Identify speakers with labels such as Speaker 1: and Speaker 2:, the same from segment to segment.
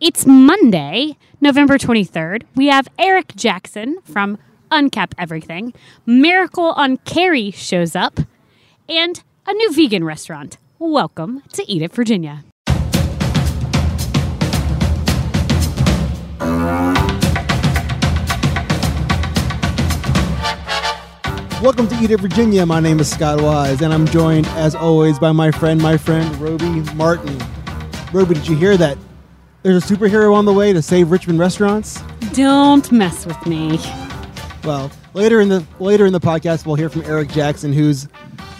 Speaker 1: It's Monday, November 23rd. We have Eric Jackson from Uncap Everything. Miracle on Carrie shows up, and a new vegan restaurant. Welcome to Eat It Virginia.
Speaker 2: Welcome to Eat It Virginia. My name is Scott Wise, and I'm joined, as always, by my friend, my friend, Roby Martin. Roby, did you hear that? There's a superhero on the way to save Richmond restaurants.
Speaker 1: Don't mess with me.
Speaker 2: Well, later in the later in the podcast, we'll hear from Eric Jackson, who's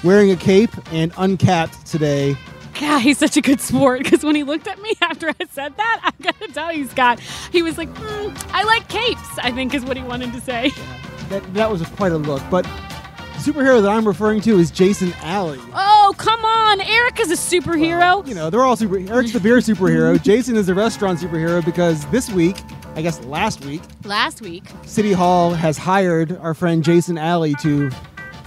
Speaker 2: wearing a cape and uncapped today.
Speaker 1: God, he's such a good sport because when he looked at me after I said that, I gotta tell you, Scott, he was like, "Mm, I like capes, I think is what he wanted to say.
Speaker 2: That that was quite a look. But the superhero that I'm referring to is Jason Alley.
Speaker 1: Oh, come on. Eric is a superhero.
Speaker 2: You know, they're all super. Eric's the beer superhero. Jason is the restaurant superhero because this week, I guess last week,
Speaker 1: Last week,
Speaker 2: City Hall has hired our friend Jason Alley to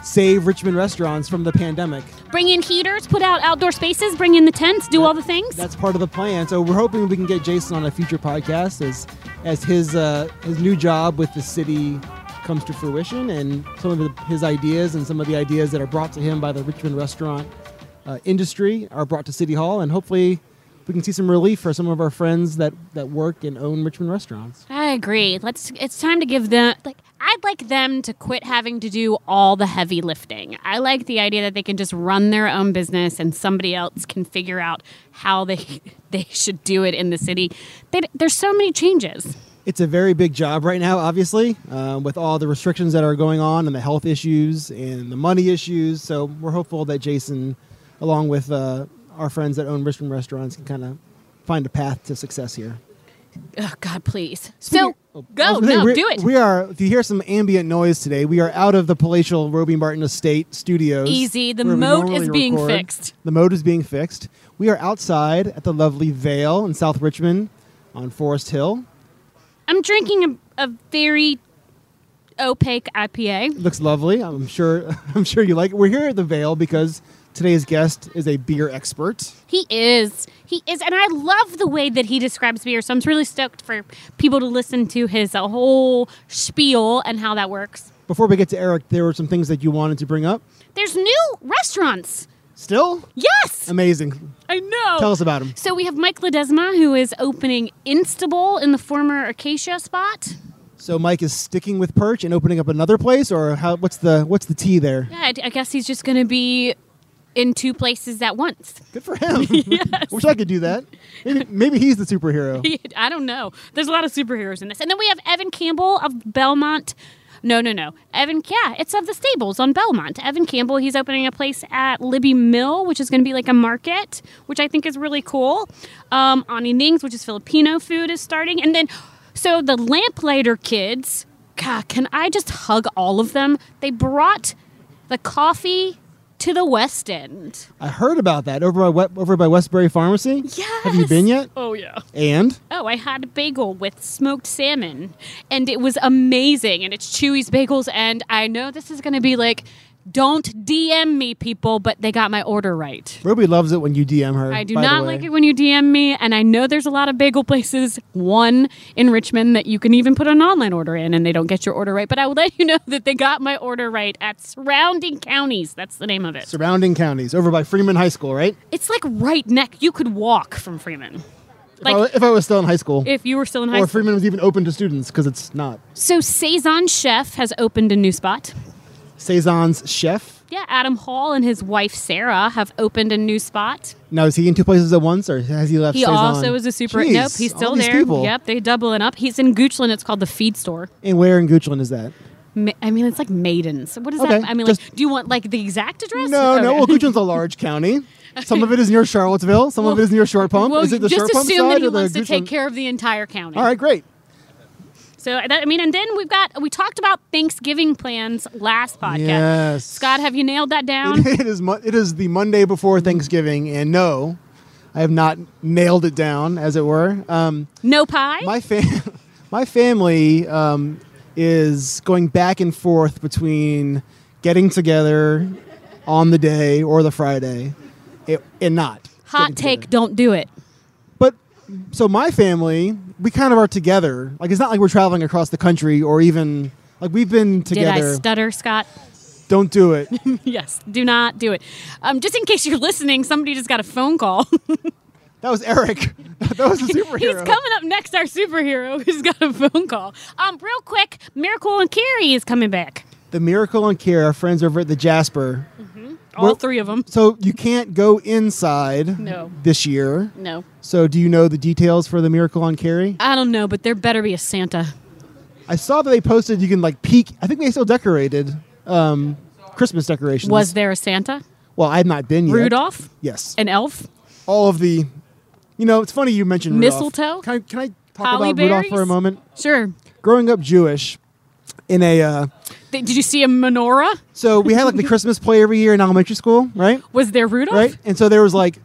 Speaker 2: save Richmond restaurants from the pandemic.
Speaker 1: bring in heaters, put out outdoor spaces, bring in the tents, do all the things.
Speaker 2: That's part of the plan. So we're hoping we can get Jason on a future podcast as as his uh, his new job with the city comes to fruition and some of the, his ideas and some of the ideas that are brought to him by the Richmond restaurant uh, industry are brought to City Hall and hopefully we can see some relief for some of our friends that, that work and own Richmond restaurants.
Speaker 1: I agree. Let's. It's time to give them. Like, I'd like them to quit having to do all the heavy lifting. I like the idea that they can just run their own business and somebody else can figure out how they they should do it in the city. They, there's so many changes.
Speaker 2: It's a very big job right now, obviously, uh, with all the restrictions that are going on and the health issues and the money issues. So we're hopeful that Jason, along with uh, our friends that own Richmond restaurants, can kind of find a path to success here.
Speaker 1: Oh God, please. So
Speaker 2: Oh, I
Speaker 1: go.
Speaker 2: was gonna say,
Speaker 1: No,
Speaker 2: we're-
Speaker 1: do it.
Speaker 2: We are. If you hear some ambient noise today, we are out of the palatial Roby Martin Estate Studios.
Speaker 1: Easy. The
Speaker 2: where we
Speaker 1: moat
Speaker 2: normally
Speaker 1: is being
Speaker 2: record.
Speaker 1: fixed.
Speaker 2: The moat is being fixed. We are outside at the lovely Vale in South Richmond, on Forest Hill.
Speaker 1: I'm drinking a, a very opaque IPA.
Speaker 2: looks lovely. I'm sure. I'm sure you like it. We're here at the Vale because today's guest is a beer expert.
Speaker 1: He is. He is. And I love the way that he describes beer. So I'm really stoked for people to listen to his uh, whole spiel and how that works.
Speaker 2: Before we get to Eric, there were some things that you wanted to bring up.
Speaker 1: There's new restaurants.
Speaker 2: Still
Speaker 1: Yes.
Speaker 2: amazing.
Speaker 1: I know.
Speaker 2: Tell us about them.
Speaker 1: So we have Mike Ledesma, who is opening Instable in the former Acacia spot.
Speaker 2: So Mike is sticking with Perch and opening up another place, or how? What's the what's the tea there?
Speaker 1: Yeah, I, I guess he's just going to be in two places at once.
Speaker 2: Good for him. Wish I could do that. Maybe, maybe he's the superhero.
Speaker 1: I don't know. There's a lot of superheroes in this. And then we have Evan Campbell of Belmont. No, no, no. Evan, yeah, it's of the stables on Belmont. Evan Campbell, he's opening a place at Libby Mill, which is going to be like a market, which I think is really cool. Um, Ani Nings, which is Filipino food, is starting. And then, so the Lamplighter kids, God, can I just hug all of them? They brought the coffee to the West End.
Speaker 2: I heard about that over by Wet- over by Westbury Pharmacy.
Speaker 1: Yes.
Speaker 2: Have you been yet?
Speaker 1: Oh, yeah.
Speaker 2: And
Speaker 1: Oh, I had a bagel with smoked salmon, and it was amazing. And it's Chewy's Bagels, and I know this is going to be like, don't DM me, people, but they got my order right.
Speaker 2: Ruby loves it when you DM her.
Speaker 1: I do
Speaker 2: by the
Speaker 1: not
Speaker 2: way.
Speaker 1: like it when you DM me, and I know there's a lot of bagel places, one in Richmond, that you can even put an online order in and they don't get your order right. But I will let you know that they got my order right at Surrounding Counties. That's the name of it.
Speaker 2: Surrounding counties, over by Freeman High School, right?
Speaker 1: It's like right neck. You could walk from Freeman
Speaker 2: if, I,
Speaker 1: Like-
Speaker 2: wa- if I was still in high school,
Speaker 1: if you were still in high
Speaker 2: or
Speaker 1: school.
Speaker 2: Freeman was even open to students because it's not
Speaker 1: So, Saison Chef has opened a new spot.
Speaker 2: Saison's chef.
Speaker 1: Yeah, Adam Hall and his wife Sarah have opened a new spot.
Speaker 2: Now is he in two places at once, or has he left?
Speaker 1: He
Speaker 2: Saison?
Speaker 1: also is a super.
Speaker 2: Jeez,
Speaker 1: nope, he's
Speaker 2: all
Speaker 1: still
Speaker 2: these
Speaker 1: there.
Speaker 2: people.
Speaker 1: Yep, they doubling up. He's in Goochland. It's called the Feed Store.
Speaker 2: And where in Goochland is that?
Speaker 1: Ma- I mean, it's like maidens. What is
Speaker 2: Okay,
Speaker 1: that? I mean, like,
Speaker 2: just-
Speaker 1: do you want like the exact address?
Speaker 2: No, no.
Speaker 1: Okay.
Speaker 2: Well, Goochland's a large county. Some of it is near Charlottesville. Some of it is near Short Pump.
Speaker 1: Well,
Speaker 2: is it the
Speaker 1: just
Speaker 2: Short Pump
Speaker 1: assume
Speaker 2: side
Speaker 1: that he
Speaker 2: or the
Speaker 1: wants to
Speaker 2: Goochland?
Speaker 1: take care of the entire county.
Speaker 2: All right, great.
Speaker 1: So that, I mean, and then we've got we talked about Thanksgiving plans last podcast.
Speaker 2: Yes.
Speaker 1: Scott, have you nailed that down?
Speaker 2: It is. Mo- it is the Monday before Thanksgiving, and no, I have not nailed it down, as it were. Um,
Speaker 1: no pie.
Speaker 2: my fam- my family um, is going back and forth between getting together on the day or the Friday, it, and not
Speaker 1: Hot
Speaker 2: getting
Speaker 1: take:
Speaker 2: together.
Speaker 1: Don't do it.
Speaker 2: But so my family, we kind of are together. Like it's not like we're traveling across the country or even like we've been
Speaker 1: Did I
Speaker 2: together.
Speaker 1: stutter, Scott?
Speaker 2: Don't do it.
Speaker 1: yes, do not do it. Um, just in case you're listening, somebody just got a phone call.
Speaker 2: That was Eric. that was a superhero.
Speaker 1: He's coming up next, our superhero who's got a phone call. Um, real quick, Miracle and Carrie is coming back.
Speaker 2: The Miracle on Care, our friends over at the Jasper.
Speaker 1: All
Speaker 2: Well-
Speaker 1: three of them.
Speaker 2: So you can't go inside
Speaker 1: No.
Speaker 2: this year.
Speaker 1: No,
Speaker 2: So do you know the details for the Miracle on Carrie?
Speaker 1: I don't know, but there better be a Santa.
Speaker 2: I saw that they posted you can like peek. I think they still decorated um, Christmas decorations.
Speaker 1: Was there a Santa?
Speaker 2: well, I've not been yet.
Speaker 1: Rudolph?
Speaker 2: Yes.
Speaker 1: An elf?
Speaker 2: All of the, you know, it's funny you mentioned Rudolph.
Speaker 1: Mistletoe?
Speaker 2: Can I, can I talk
Speaker 1: Holly
Speaker 2: about Rudolph for a
Speaker 1: berries?
Speaker 2: moment?
Speaker 1: Sure.
Speaker 2: Growing up Jewish, in a uh,
Speaker 1: Th- Did you see a menorah?
Speaker 2: so we had like the Christmas play every year in elementary school, right?
Speaker 1: Was there Rudolph?
Speaker 2: right? And so there was like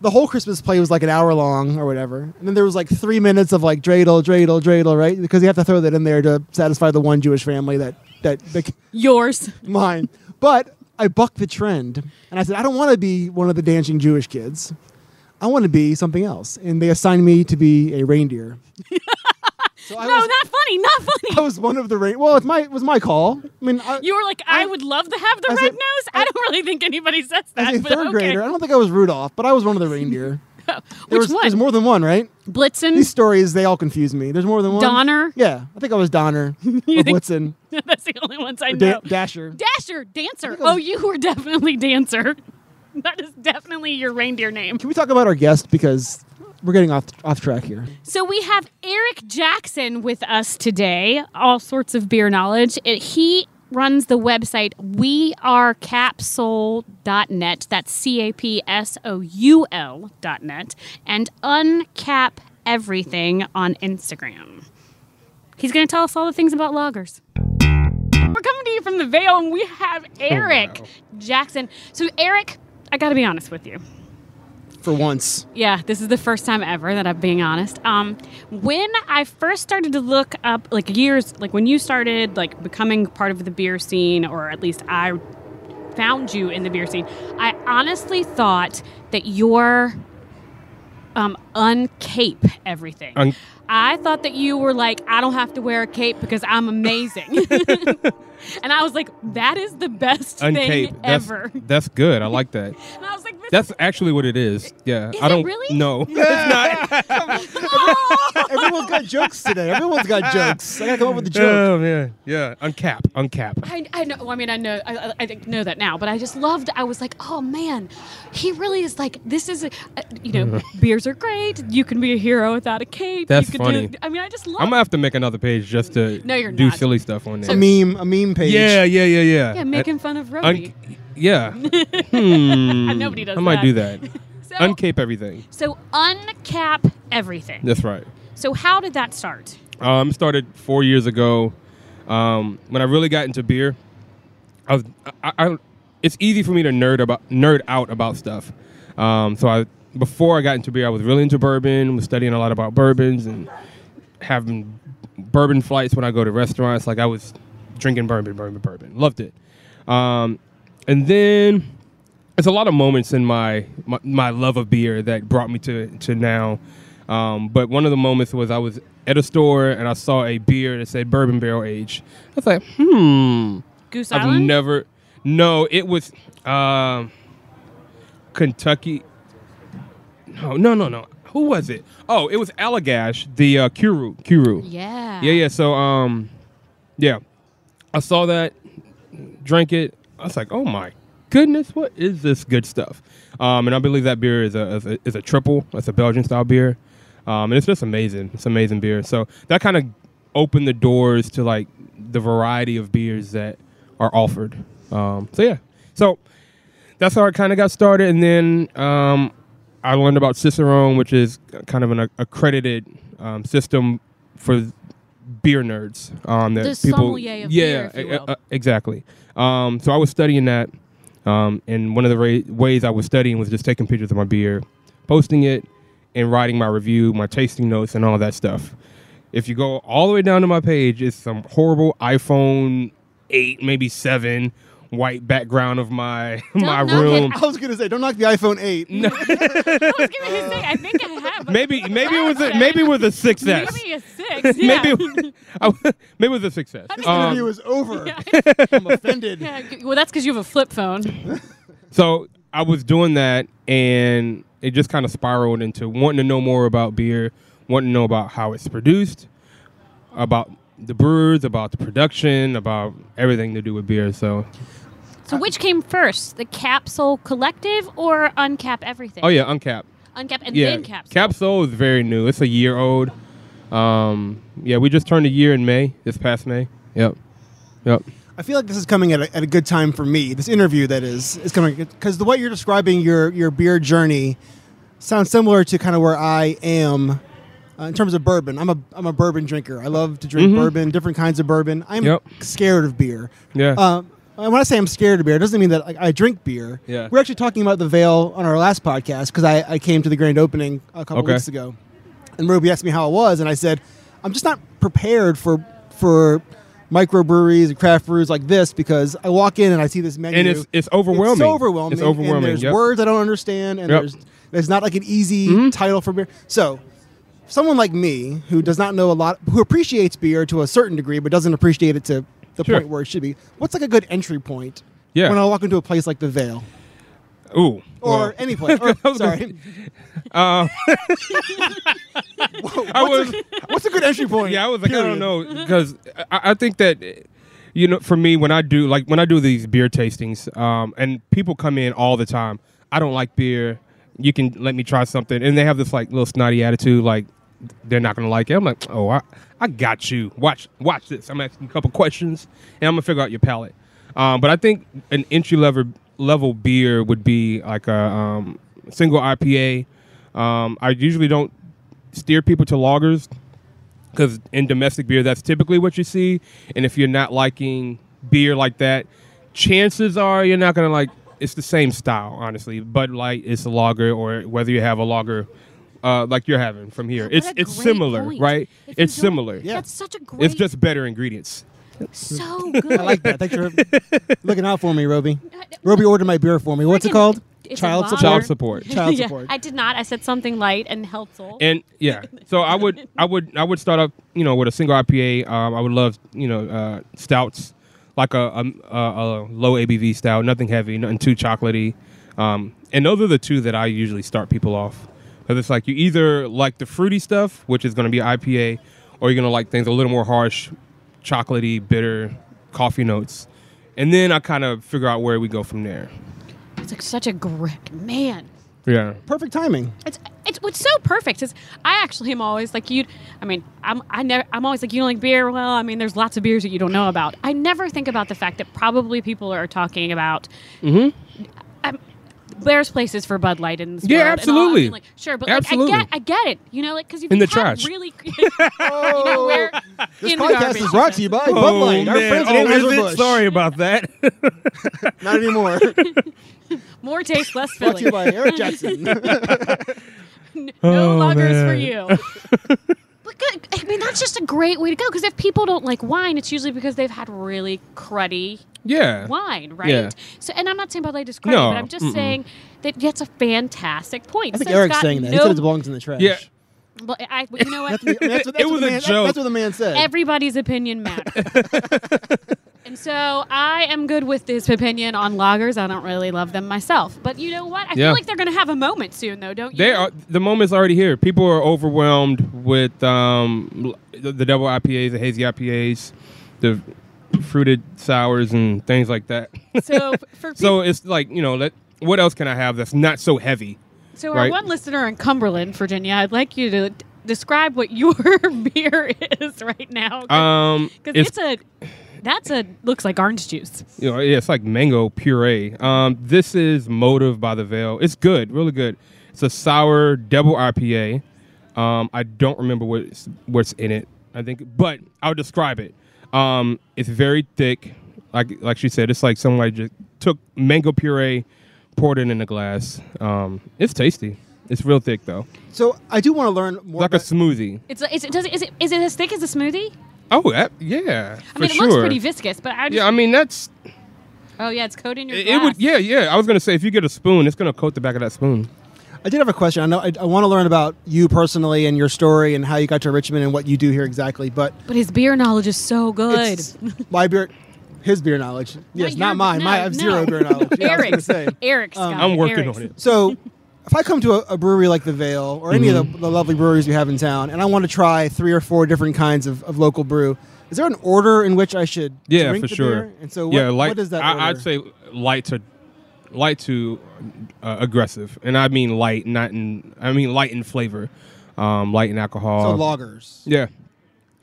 Speaker 2: the whole Christmas play was like an hour long or whatever, and then there was like three minutes of like dreidel, dreidel, dreidel, right? Because you have to throw that in there to satisfy the one Jewish family that that bec-
Speaker 1: Yours.
Speaker 2: mine. But I bucked the trend, and I said I don't want to be one of the dancing Jewish kids. I want to be something else, and they assigned me to be a reindeer. so I
Speaker 1: No,
Speaker 2: was,
Speaker 1: not funny. Not funny.
Speaker 2: I was one of the rein. Well, it's my it was my call. I mean, I,
Speaker 1: You were like, I,
Speaker 2: I-
Speaker 1: would love to have the
Speaker 2: as
Speaker 1: red
Speaker 2: a-
Speaker 1: nose. I don't really think anybody says that.
Speaker 2: as a
Speaker 1: but
Speaker 2: third
Speaker 1: okay.
Speaker 2: grader, I don't think I was Rudolph, but I was one of the reindeer. There
Speaker 1: Which
Speaker 2: was,
Speaker 1: one?
Speaker 2: There's more than one, right?
Speaker 1: Blitzen.
Speaker 2: These stories, they all confuse me. There's more than one.
Speaker 1: Donner?
Speaker 2: Yeah, I think I was Donner. or Blitzen.
Speaker 1: That's the only ones I
Speaker 2: Da-
Speaker 1: know.
Speaker 2: Dasher.
Speaker 1: Dasher, dancer.
Speaker 2: think it was-
Speaker 1: Oh, you were definitely dancer. That is definitely your reindeer name.
Speaker 2: Can we talk about our guest because we're getting off off track here?
Speaker 1: So we have Eric Jackson with us today, all sorts of beer knowledge. It, he runs the website wearecapsule.net. That's C A P S O U L dot net. And uncap everything on Instagram. He's going to tell us all the things about loggers. We're coming to you from the Vale, and we have Eric
Speaker 3: wow.
Speaker 1: Jackson. So, Eric, I got to be honest with you.
Speaker 2: For once,
Speaker 1: Yeah, this is the first time ever that I'm being honest. Um, when I first started to look up, like years, like when you started like becoming part of the beer scene, or at least I found you in the beer scene, I honestly thought that your um, uncape everything.
Speaker 3: Un-
Speaker 1: I thought that you were like, I don't have to wear a cape because I'm amazing. and I was like, that is the best
Speaker 3: Uncape.
Speaker 1: thing
Speaker 3: That's,
Speaker 1: ever.
Speaker 3: that's good. I like that.
Speaker 1: And I was like, this
Speaker 3: That's actually what it is. Yeah.
Speaker 1: Is
Speaker 3: I
Speaker 1: it
Speaker 3: don't
Speaker 1: really?
Speaker 3: No.
Speaker 2: everyone's got jokes today. Everyone's got jokes. I gotta come up with a joke.
Speaker 3: Oh man. Yeah. Uncap. Uncap.
Speaker 1: I, I know. well, I mean, I know. I, I- I think know that now, but I just loved. I was like, oh man, he really is like. This is, a, a- you know, beers are great. You can be a hero without a cape.
Speaker 3: That's
Speaker 1: you can
Speaker 3: funny.
Speaker 1: Do, I mean, I just love.
Speaker 3: I'm gonna have to make another page just to
Speaker 1: No, you're
Speaker 3: do
Speaker 1: not.
Speaker 3: silly stuff on there.
Speaker 2: A meme, a meme page.
Speaker 3: yeah, yeah, yeah, yeah.
Speaker 1: yeah,
Speaker 3: Uh,
Speaker 1: making fun of Roby.
Speaker 3: un- yeah. Hmm.
Speaker 1: Nobody does
Speaker 3: I might
Speaker 1: that.
Speaker 3: do that.
Speaker 1: So-
Speaker 3: Uncape everything.
Speaker 1: so uncap everything.
Speaker 3: That's right.
Speaker 1: So how did that start?
Speaker 3: Um, started four years ago. Um, when I really got into beer, I was I, I it's easy for me to nerd about nerd out about stuff. Um, so I before I got into beer, I was really into bourbon. Was studying a lot about bourbons and having bourbon flights when I go to restaurants. Like I was drinking bourbon, bourbon, bourbon. Loved it. Um, and then it's a lot of moments in my, my my love of beer that brought me to to now. Um, but one of the moments was I was at a store and I saw a beer that said bourbon barrel age. I was like, hmm.
Speaker 1: Goose
Speaker 3: I've
Speaker 1: Island.
Speaker 3: never. No, it was um, Kentucky. No, no, no, no. Who was it? Oh, it was Allagash, the uh, Kuru. Kuru.
Speaker 1: yeah.
Speaker 3: Yeah, yeah. So, um, yeah, I saw that, drank it. I was like, oh my goodness, what is this good stuff? Um, and I believe that beer is a is a, is a triple. That's a Belgian style beer, um, and it's just amazing. It's amazing beer. So that kind of opened the doors to like the variety of beers that are offered. Um, so yeah, so that's how it kind of got started. And then um, I learned about Cicerone, which is kind of an ac- accredited um, system for beer nerds. Um, that
Speaker 1: The
Speaker 3: people,
Speaker 1: sommelier of
Speaker 3: yeah,
Speaker 1: beer, if you
Speaker 3: e- e-
Speaker 1: will.
Speaker 3: uh, exactly. Um, so I was studying that, um, and one of the ra- ways I was studying was just taking pictures of my beer, posting it, and writing my review, my tasting notes, and all that stuff. If you go all the way down to my page, it's some horrible iPhone eight, maybe seven, white background of my my
Speaker 1: knock it
Speaker 3: room.
Speaker 2: I was gonna say, don't knock the iPhone 8.
Speaker 1: I was gonna say, I think I have. a-
Speaker 3: Maybe maybe it was a,
Speaker 1: Okay.
Speaker 3: maybe it was a success.
Speaker 1: Maybe a six. Yeah.
Speaker 3: Maybe I- maybe it was a success.
Speaker 2: This
Speaker 3: Um,
Speaker 2: interview is over. I'm offended.
Speaker 1: Yeah, g- well, that's because you have a flip phone.
Speaker 3: So I was doing that, and it just kind of spiraled into wanting to know more about beer, wanting to know about how it's produced, about the brewers, about the production, about everything to do with beer. So,
Speaker 1: So,
Speaker 3: Uh,
Speaker 1: which came first, the Capsule Collective or Uncap Everything?
Speaker 3: oh yeah, Uncap.
Speaker 1: Uncap and
Speaker 3: Yeah,
Speaker 1: then Capsule.
Speaker 3: Capsule is very new. It's a year old. Um, yeah, we just turned a year in May, this past May. Yep, yep.
Speaker 2: I feel like this is coming at a, at a good time for me. This interview that is is coming because the way you're describing your your beer journey sounds similar to kind of where I am uh, in terms of bourbon. I'm a I'm a bourbon drinker. I love to drink bourbon, different kinds of bourbon. I'm
Speaker 3: Yep.
Speaker 2: scared of beer.
Speaker 3: Yeah.
Speaker 2: Uh, when I say I'm scared of beer, it doesn't mean that I, I drink beer.
Speaker 3: Yeah.
Speaker 2: We're actually talking about the veil on our last podcast because I, I came to the grand opening a couple
Speaker 3: Okay.
Speaker 2: weeks ago, and Ruby asked me how it was, and I said, I'm just not prepared for for microbreweries and craft brews like this because I walk in and I see this menu
Speaker 3: And it's it's overwhelming.
Speaker 2: It's so overwhelming.
Speaker 3: It's overwhelming.
Speaker 2: And there's
Speaker 3: yep.
Speaker 2: words I don't understand, and
Speaker 3: Yep. Mm-hmm.
Speaker 2: there's there's not like an easy title for beer. So, someone like me who does not know a lot, who appreciates beer to a certain degree, but doesn't appreciate it to the
Speaker 3: Sure.
Speaker 2: point where it should be. What's like a good entry point?
Speaker 3: Yeah.
Speaker 2: When I walk into a place like the Vale
Speaker 3: Ooh.
Speaker 2: or
Speaker 3: well, uh,
Speaker 2: any place. Or, sorry.
Speaker 3: I was.
Speaker 2: What's a good entry point?
Speaker 3: Yeah, I was like, I
Speaker 2: Period.
Speaker 3: don't know, because I, I think that eh, you know, for me, when I do like when I do these beer tastings, um, and people come in all the time. I don't like beer. You can let me try something, and they have this like little snotty attitude, like they're not gonna like it. I'm like, oh, I, I got you. Watch, watch this. I'm asking a couple questions, and I'm gonna figure out your palate. Um, but I think an entry level level beer would be like a um, single IPA. Um, I usually don't steer people to lagers because in domestic beer that's typically what you see and if you're not liking beer like that chances are you're not gonna like it's the same style honestly bud light is a lager or whether you have a lager uh, like you're having from here it's
Speaker 1: What a
Speaker 3: it's
Speaker 1: great
Speaker 3: similar
Speaker 1: point.
Speaker 3: right
Speaker 1: If you
Speaker 3: it's
Speaker 1: don't-
Speaker 3: similar
Speaker 1: That's such a great.
Speaker 3: it's just better ingredients
Speaker 1: so good.
Speaker 2: I like that. Thanks for looking out for me, Roby. Roby ordered my beer for me. What's it
Speaker 1: Freaking-
Speaker 2: called?
Speaker 1: Uh, it's a
Speaker 2: Child
Speaker 1: lager.
Speaker 2: support.
Speaker 3: child support
Speaker 2: Child
Speaker 1: Yeah,
Speaker 2: support.
Speaker 1: I did not. I said something light and helpful.
Speaker 3: and yeah so i would i would i would start up you know with a single ipa um, i would love you know uh, stouts like a, a, a, a low abv stout nothing heavy nothing too chocolatey um, and those are the two that i usually start people off because it's like you either like the fruity stuff which is going to be ipa or you're going to like things a little more harsh chocolatey bitter coffee notes and then i kind of figure out where we go from there
Speaker 1: it's like such a great man.
Speaker 3: yeah
Speaker 2: Perfect timing.
Speaker 1: It's it's what's so perfect is I actually am always like you. I mean, I'm I never I'm always like you don't like beer. Well, I mean, there's lots of beers that you don't know about. I never think about the fact that probably people are talking about. Um, there's places for Bud Light in this
Speaker 3: Mm-hmm. Yeah,
Speaker 1: world and all.
Speaker 3: absolutely.
Speaker 1: I mean, like, sure, but like,
Speaker 3: Absolutely.
Speaker 1: I get, I get it. You know, like because if
Speaker 3: In
Speaker 1: you
Speaker 3: the
Speaker 1: have
Speaker 3: trash.
Speaker 1: really, you know, where
Speaker 2: This
Speaker 1: in the
Speaker 2: podcast
Speaker 1: garbage.
Speaker 2: is brought to you by Bud Light. Our friends at
Speaker 3: oh,
Speaker 2: Anheuser
Speaker 3: is
Speaker 2: Busch.
Speaker 3: it? Sorry about that.
Speaker 2: Not anymore.
Speaker 1: More taste, less
Speaker 2: brought to you
Speaker 1: filling.
Speaker 2: by Eric Jackson.
Speaker 1: no
Speaker 3: Oh,
Speaker 1: loggers for
Speaker 3: man.
Speaker 1: you. but good. I mean, that's just a great way to go because if people don't like wine, it's usually because they've had really cruddy
Speaker 3: yeah.
Speaker 1: wine, right?
Speaker 3: Yeah.
Speaker 1: So, and I'm not saying Bud Light is cruddy,
Speaker 3: No,
Speaker 1: but I'm just
Speaker 3: mm-mm.
Speaker 1: saying that that's a fantastic point.
Speaker 2: I think
Speaker 1: So it's
Speaker 2: Eric's
Speaker 1: got
Speaker 2: saying that.
Speaker 1: No,
Speaker 2: he said it belongs in the trash.
Speaker 3: Yeah.
Speaker 1: well, I, you know what?
Speaker 2: That's, what- that's what- that's
Speaker 3: It
Speaker 2: what
Speaker 3: was
Speaker 2: the
Speaker 3: a
Speaker 2: man,
Speaker 3: joke.
Speaker 2: That's what the man said.
Speaker 1: Everybody's opinion matters. and so I am good with this opinion on loggers. I don't really love them myself. But you know what? I
Speaker 3: Yeah.
Speaker 1: feel like they're going to have a moment soon, though, don't you?
Speaker 3: They are the moment's already here. People are overwhelmed with um, l- the, the double IPAs, the hazy IPAs, the fruited sours, and things like that.
Speaker 1: So, f- for people
Speaker 3: so it's like you know, let, what else can I have that's not so heavy?
Speaker 1: So,
Speaker 3: Right.
Speaker 1: our one listener in Cumberland, Virginia, I'd like you to d- describe what your beer is right now. Because
Speaker 3: Um,
Speaker 1: it's, a, that's a, looks like orange juice.
Speaker 3: you know, yeah, it's like mango puree. Um, this is Motive by the Veil. It's good, really good. It's a sour double IPA. Um, I don't remember what's what's in it. I think, but I'll describe it. Um, it's very thick, like like she said. It's like somebody just took mango puree, poured it in a glass. Um, it's tasty. It's real thick though,
Speaker 2: So I do want to learn more.
Speaker 3: like a
Speaker 2: about,
Speaker 3: smoothie.
Speaker 1: It's, a- is, it, does it, is, it, is it as thick as a smoothie?
Speaker 3: Oh, that, yeah,
Speaker 1: I mean, it
Speaker 3: for sure.
Speaker 1: looks pretty viscous, but I just,
Speaker 3: yeah, I mean that's
Speaker 1: Oh yeah, it's coating your.
Speaker 3: It, it
Speaker 1: glass.
Speaker 3: would. Yeah, yeah. I was gonna say if you get a spoon, it's gonna coat the back of that spoon.
Speaker 2: I did have a question. I know I, I want to learn about you personally and your story and how you got to Richmond and what you do here exactly. But
Speaker 1: But his beer knowledge is so good.
Speaker 2: it's my beer, his beer knowledge. Yes,
Speaker 1: your-
Speaker 2: not, mine.
Speaker 1: no,
Speaker 2: my, I have
Speaker 1: no.
Speaker 2: zero beer knowledge. Yeah, I was gonna
Speaker 1: Eric's.
Speaker 2: say.
Speaker 1: Eric's. got
Speaker 3: Um, I'm
Speaker 1: it.
Speaker 3: working
Speaker 1: Eric's.
Speaker 3: on it.
Speaker 2: So, if I come to a, a brewery like the Vale or any of the, the lovely breweries we have in town, and I want to try three or four different kinds of, of local brew, is there an order in which I should
Speaker 3: Yeah,
Speaker 2: drink
Speaker 3: for
Speaker 2: the
Speaker 3: sure.
Speaker 2: beer? And so, what,
Speaker 3: yeah, light.
Speaker 2: what is that?
Speaker 3: I, I'd
Speaker 2: order?
Speaker 3: say light to light to uh, aggressive, and I mean light, not in. I mean light in flavor, um, light in
Speaker 2: so
Speaker 3: alcohol.
Speaker 2: lagers.
Speaker 3: Yeah,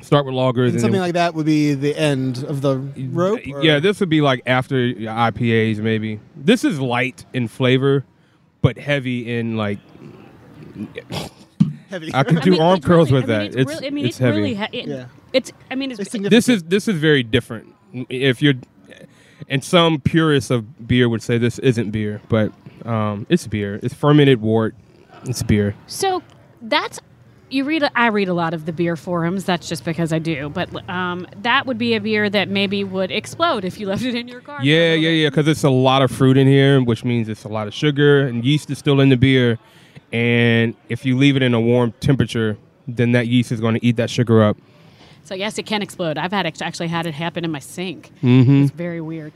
Speaker 3: start with lagers
Speaker 2: And
Speaker 3: and
Speaker 2: something
Speaker 3: then-
Speaker 2: like that would be the end of the rope. or-
Speaker 3: Yeah, this would be like after your IPAs, maybe. This is light in flavor, but heavy in like.
Speaker 2: heavy.
Speaker 3: I could
Speaker 1: I
Speaker 3: do
Speaker 1: mean,
Speaker 3: arm
Speaker 1: it's
Speaker 3: curls
Speaker 1: really-
Speaker 3: with
Speaker 1: I
Speaker 3: that.
Speaker 1: mean,
Speaker 3: it's
Speaker 1: really- I mean,
Speaker 3: it's,
Speaker 1: it's
Speaker 3: heavy.
Speaker 1: really he- it-
Speaker 2: Yeah.
Speaker 1: It's. I mean, it's.
Speaker 2: It's significant.
Speaker 3: this is this is very different. If you're, and some purists of beer would say this isn't beer, but um, it's beer. It's fermented wort. It's beer.
Speaker 1: So that's you read. I read a lot of the beer forums. That's just because I do. But um, that would be a beer that maybe would explode if you left it in your car. for a
Speaker 3: Yeah,
Speaker 1: little
Speaker 3: yeah,
Speaker 1: bit.
Speaker 3: yeah. Because it's a lot of fruit in here, which means it's a lot of sugar and yeast is still in the beer. And if you leave it in a warm temperature, then that yeast is going to eat that sugar up.
Speaker 1: So yes, it can explode. I've had act- actually had it happen in my sink.
Speaker 3: Mm-hmm.
Speaker 1: It's very weird.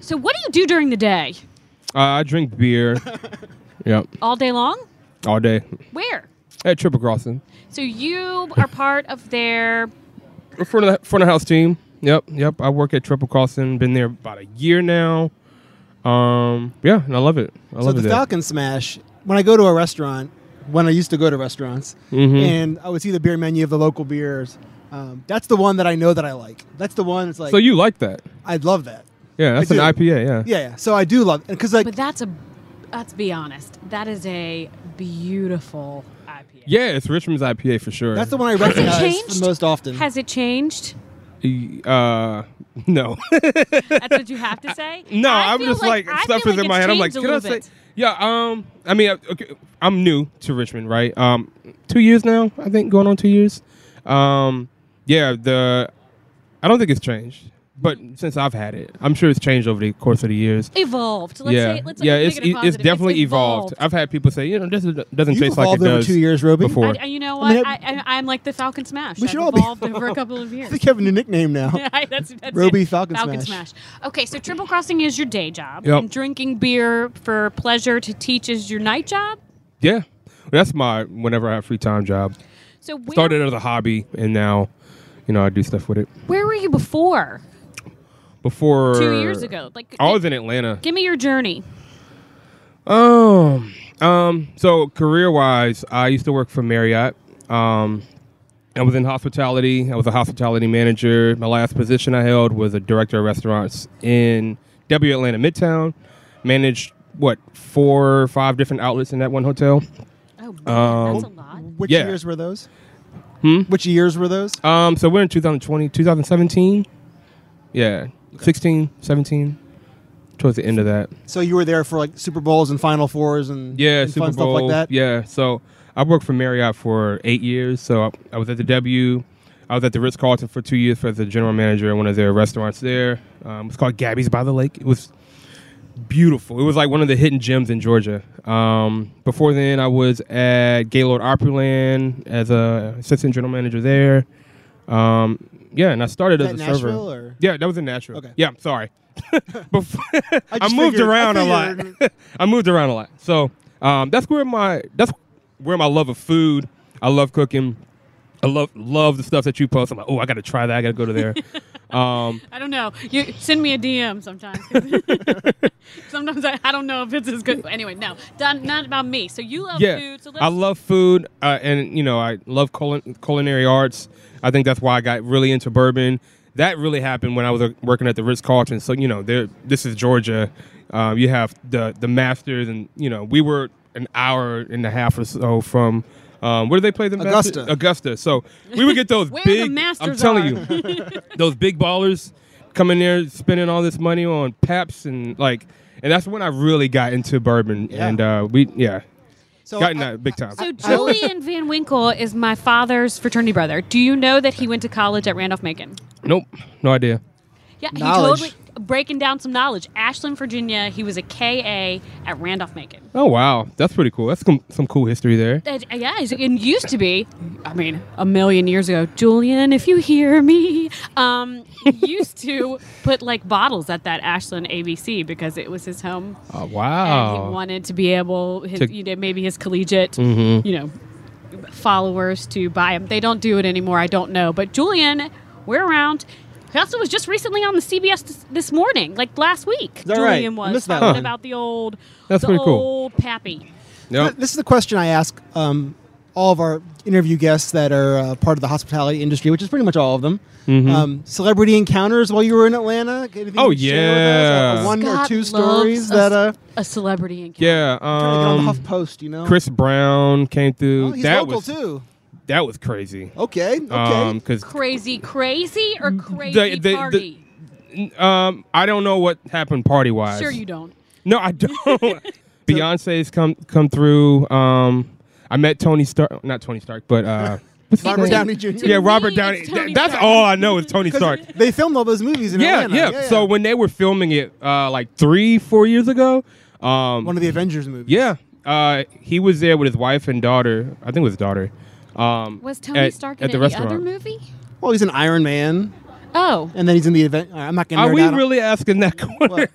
Speaker 1: So what do you do during the day?
Speaker 3: Uh, I drink beer. yep,
Speaker 1: All day long?
Speaker 3: all day
Speaker 1: Where?
Speaker 3: at Triple Crossing.
Speaker 1: So you are part of their.
Speaker 3: In front of the front of house team. Yep, yep. I work at Triple Crossing. Been there about a year now. Um, yeah, and I love it.
Speaker 2: So
Speaker 3: I love
Speaker 2: the
Speaker 3: it. there.
Speaker 2: Falcon Smash, when I go to a restaurant, when I used to go to restaurants,
Speaker 3: Mm-hmm.
Speaker 2: and I would see the beer menu of the local beers, um, that's the one that I know that I like. That's the one that's like,
Speaker 3: so you like that?
Speaker 2: I'd love that.
Speaker 3: Yeah, that's an
Speaker 2: do.
Speaker 3: IPA. Yeah.
Speaker 2: Yeah, yeah. So I do love Because, like,
Speaker 1: But that's a. Let's be honest. That is a beautiful IPA.
Speaker 3: Yeah, it's Richmond's IPA for sure.
Speaker 2: that's the one I recognize
Speaker 1: changed?
Speaker 2: the most often.
Speaker 1: Has it changed?
Speaker 3: Uh, no.
Speaker 1: That's what you have to say.
Speaker 3: No,
Speaker 1: I
Speaker 3: I'm
Speaker 1: feel
Speaker 3: just like,
Speaker 1: I
Speaker 3: stuff
Speaker 1: feel
Speaker 3: is
Speaker 1: like
Speaker 3: in my
Speaker 1: it's
Speaker 3: head. I'm like,
Speaker 1: changed a
Speaker 3: can I
Speaker 1: little
Speaker 3: say?
Speaker 1: bit.
Speaker 3: Yeah. Um. I mean, I- okay, I'm new to Richmond, right? Um, two years now, I think, going on two years. Um, yeah. The I don't think it's changed, but since I've had it, I'm sure it's changed over the course of the years.
Speaker 1: evolved? Let's
Speaker 3: yeah.
Speaker 1: say, let's
Speaker 3: yeah.
Speaker 1: like
Speaker 3: It's
Speaker 1: make it a
Speaker 3: it- it's
Speaker 1: positive.
Speaker 3: definitely evolved. I've had people say, you know, this is- doesn't
Speaker 2: You've
Speaker 3: taste like it
Speaker 2: evolved over
Speaker 3: does.
Speaker 2: two years, Roby.
Speaker 3: before.
Speaker 1: I, you know
Speaker 2: I mean,
Speaker 1: what? I I, am like the Falcon Smash.
Speaker 2: We
Speaker 1: I've
Speaker 2: should all be
Speaker 1: evolved over a couple of
Speaker 2: I
Speaker 1: years.
Speaker 2: think you have a new nickname now.
Speaker 1: Yeah, I- that's, that's
Speaker 2: Roby
Speaker 1: it.
Speaker 2: Falcon Smash.
Speaker 1: Smash. Okay, so triple crossing is your day job.
Speaker 3: Yep.
Speaker 1: And drinking beer for pleasure to teach is your night job.
Speaker 3: yeah. That's my whenever I have free time job.
Speaker 1: So where,
Speaker 3: Started as a hobby, and now, you know, I do stuff with it.
Speaker 1: where were you before?
Speaker 3: Before
Speaker 1: Two years ago, like
Speaker 3: I
Speaker 1: gi-
Speaker 3: was in Atlanta.
Speaker 1: Give me your journey.
Speaker 3: Um, um, so career wise, I used to work for Marriott. Um, I was in hospitality. I was a hospitality manager. My last position I held was a director of restaurants in W Atlanta Midtown. Managed what four or five different outlets in that one hotel.
Speaker 1: Oh, man,
Speaker 3: Um,
Speaker 1: that's a lot.
Speaker 2: Which
Speaker 3: Yeah. Hmm?
Speaker 2: years were those? Which years were those?
Speaker 3: Um, so we're in 2020, 2017. Yeah, 16, 17, towards the end of that.
Speaker 2: So you were there for like Super Bowls and Final Fours and,
Speaker 3: Yeah,
Speaker 2: and
Speaker 3: Super
Speaker 2: fun
Speaker 3: Bowl.
Speaker 2: stuff like that.
Speaker 3: Yeah, so I worked for Marriott for eight years. So I, I was at the W. I was at the Ritz Carlton for two years as the general manager in one of their restaurants there. Um, it's called Gabby's by the Lake. It was beautiful. It was like one of the hidden gems in Georgia. Um, before then, I was at Gaylord Opryland as a assistant general manager there. Um, yeah, and I started
Speaker 2: Is
Speaker 3: as a
Speaker 2: that
Speaker 3: server.
Speaker 2: Nashville or-
Speaker 3: Yeah, that was in Nashville.
Speaker 2: Okay.
Speaker 3: Yeah, I'm sorry. Before, I,
Speaker 2: just
Speaker 3: moved
Speaker 2: figured- I
Speaker 3: around a lot.
Speaker 2: figured.
Speaker 3: I moved around a lot. So um, that's where my that's where my love of food. I love cooking. I love love the stuff that you post. I'm like, oh, I got to try that. I got to go to there. um,
Speaker 1: I don't know. You send me a DM sometimes. sometimes I, I don't know if it's as good. Anyway, no, done, not about me. So you love
Speaker 3: yeah,
Speaker 1: food. So let's,
Speaker 3: I love food, uh, and you know, I love culin- culinary arts. I think that's why I got really into bourbon. That really happened when I was uh, working at the Ritz Carlton. So you know, there. This is Georgia. Um, you have the the Masters, and you know, we were an hour and a half or so from. Um, where do they play the Masters?
Speaker 2: Augusta.
Speaker 3: Augusta. So we would get those
Speaker 1: Where the
Speaker 3: big. I'm
Speaker 1: Masters
Speaker 3: telling
Speaker 1: are.
Speaker 3: you, those big ballers come in there spending all this money on peps and like and that's when i really got into bourbon
Speaker 2: Yeah.
Speaker 3: and uh we yeah
Speaker 2: So
Speaker 3: got in
Speaker 2: I-
Speaker 3: that big time
Speaker 1: so Julian Van Winkle is my father's fraternity brother. Do you know that he went to college at Randolph Macon?
Speaker 3: nope no idea
Speaker 1: Yeah, he
Speaker 2: Knowledge.
Speaker 1: totally. breaking down some knowledge. Ashland, Virginia. He was a KA at Randolph Macon.
Speaker 3: Oh wow, that's pretty cool. That's some, some cool history there.
Speaker 1: Uh, yeah, he's- and used to be. I mean, a million years ago. Julian, if you hear me, um, used to put like bottles at that Ashland ABC because it was his home,
Speaker 3: Oh,
Speaker 1: and
Speaker 3: wow.
Speaker 1: he wanted to be able, his,
Speaker 3: To-
Speaker 1: you know, maybe his collegiate,
Speaker 2: Mm-hmm.
Speaker 1: you know, followers to buy him. They don't do it anymore. I don't know, but Julian, we're around. He also was just recently on the CBS this, this morning, like last week.
Speaker 2: that right?
Speaker 1: Julian
Speaker 2: I
Speaker 1: was
Speaker 2: missed that
Speaker 1: talking
Speaker 2: one.
Speaker 1: about the old,
Speaker 3: That's
Speaker 1: the
Speaker 3: pretty cool.
Speaker 1: old pappy.
Speaker 3: Yep.
Speaker 2: Th- This is the question I ask um, all of our interview guests that are uh, part of the hospitality industry, which is pretty much all of them. Um, celebrity encounters while you were in Atlanta. Anything
Speaker 3: Mm-hmm. Oh,
Speaker 2: you could share with us?
Speaker 3: yeah.
Speaker 2: Uh, one or
Speaker 1: Scott
Speaker 2: two
Speaker 1: loves
Speaker 2: stories
Speaker 1: a-
Speaker 2: that uh,
Speaker 1: a celebrity encounter.
Speaker 2: trying
Speaker 3: Yeah.
Speaker 2: to get on the
Speaker 3: Um,
Speaker 2: Huff Post. You know,
Speaker 3: Chris Brown came through.
Speaker 2: Oh, he's
Speaker 3: that
Speaker 2: local
Speaker 3: was
Speaker 2: too.
Speaker 3: that was crazy.
Speaker 2: Okay, okay.
Speaker 3: Um, 'cause
Speaker 1: Crazy, crazy, or crazy
Speaker 3: The- the- Mm, the-
Speaker 1: party?
Speaker 3: um, I don't know what happened party wise.
Speaker 1: sure, you don't.
Speaker 3: No, I don't. Beyonce's come come through. Um, I met Tony Stark, not Tony Stark, but uh, what's his
Speaker 2: Robert
Speaker 3: name?
Speaker 2: Downey Jr.
Speaker 3: Yeah,
Speaker 1: To
Speaker 3: Robert
Speaker 1: me,
Speaker 3: Downey.
Speaker 1: it's Tony
Speaker 3: Th- that's
Speaker 1: Stark.
Speaker 3: all I know is Tony Stark.
Speaker 2: They filmed all those movies in
Speaker 3: Yeah, yeah,
Speaker 2: Atlanta.
Speaker 3: So when they were filming it, uh, like three, four years ago, um,
Speaker 2: one of the Avengers movies.
Speaker 3: yeah, uh, he was there with his wife and daughter. I think it was daughter. Um,
Speaker 1: Was Tony
Speaker 3: at-
Speaker 1: Stark
Speaker 3: at
Speaker 1: in
Speaker 3: the
Speaker 1: the
Speaker 3: restaurant?
Speaker 1: other movie?
Speaker 2: Well, he's in Iron Man,
Speaker 1: Oh,
Speaker 2: and then he's in the event. all right, I'm not gonna.
Speaker 3: Are
Speaker 2: nerd
Speaker 3: we
Speaker 2: out on-
Speaker 3: really asking that? corner?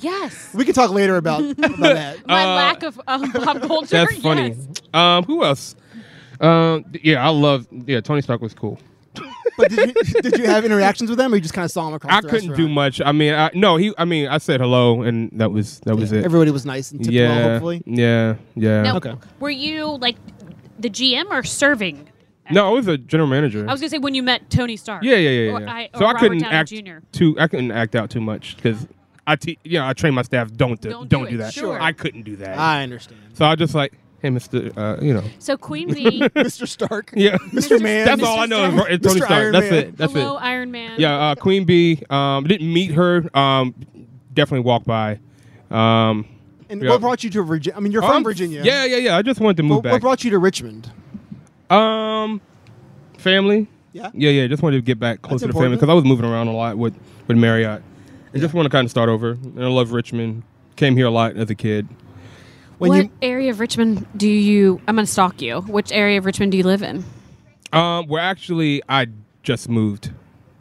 Speaker 1: yes.
Speaker 2: We can talk later about, about that.
Speaker 1: My
Speaker 3: Uh,
Speaker 1: lack of um, pop culture.
Speaker 3: That's funny.
Speaker 1: Yes.
Speaker 3: Um, who else? Um, th- yeah, I love. Yeah, Tony Stark was cool.
Speaker 2: But did you, did you have interactions with them, or you just kind of saw them across?
Speaker 3: I
Speaker 2: the
Speaker 3: couldn't do
Speaker 2: restaurant?
Speaker 3: much. I mean, I, no, he. I mean, I said hello, and that was that was it.
Speaker 2: Everybody was nice and tipped
Speaker 3: yeah,
Speaker 2: well, hopefully.
Speaker 3: yeah, yeah.
Speaker 1: Now,
Speaker 2: Okay.
Speaker 1: Were you like the GM or serving?
Speaker 3: No, I was a general manager.
Speaker 1: I was gonna say when you met Tony Stark.
Speaker 3: yeah, yeah, yeah.
Speaker 1: Or
Speaker 3: yeah.
Speaker 1: I, or
Speaker 3: so I
Speaker 1: Robert
Speaker 3: couldn't
Speaker 1: Downey
Speaker 3: act
Speaker 1: Jr.
Speaker 3: too. I couldn't act out too much because I, te- you know, I train my staff don't do,
Speaker 1: Don't do
Speaker 3: don't
Speaker 1: it,
Speaker 3: do, that.
Speaker 1: sure.
Speaker 3: I couldn't do that.
Speaker 2: I understand.
Speaker 3: so I just like, hey, Mister, uh, you know,
Speaker 1: So Queen Bee.
Speaker 2: Mr. Stark.
Speaker 3: yeah.
Speaker 2: Mr. Man.
Speaker 3: That's all I know is,
Speaker 2: Stark.
Speaker 3: is Tony
Speaker 2: Mr.
Speaker 3: Stark.
Speaker 2: Iron
Speaker 3: That's
Speaker 2: Man.
Speaker 3: it. That's
Speaker 1: hello,
Speaker 3: it.
Speaker 1: Iron Man.
Speaker 3: Yeah, uh, Queen Bee. Um, didn't meet her. Um, definitely walked by. Um,
Speaker 2: And
Speaker 3: Yeah.
Speaker 2: what brought you to Virginia? I mean, you're from
Speaker 3: um,
Speaker 2: Virginia.
Speaker 3: Yeah, yeah, yeah. I just wanted to
Speaker 2: What,
Speaker 3: move
Speaker 2: what
Speaker 3: back.
Speaker 2: brought you to Richmond?
Speaker 3: Um, family.
Speaker 2: Yeah.
Speaker 3: Yeah, yeah. Just wanted to get back closer to family
Speaker 2: important.
Speaker 3: because I was moving around a lot with with Marriott, and just want to kind of start over. And I love Richmond. Came here a lot as a kid.
Speaker 2: When
Speaker 1: what
Speaker 2: you
Speaker 1: area of Richmond do you? I'm gonna stalk you. Which area of Richmond do you live in?
Speaker 3: Um, we're actually I just moved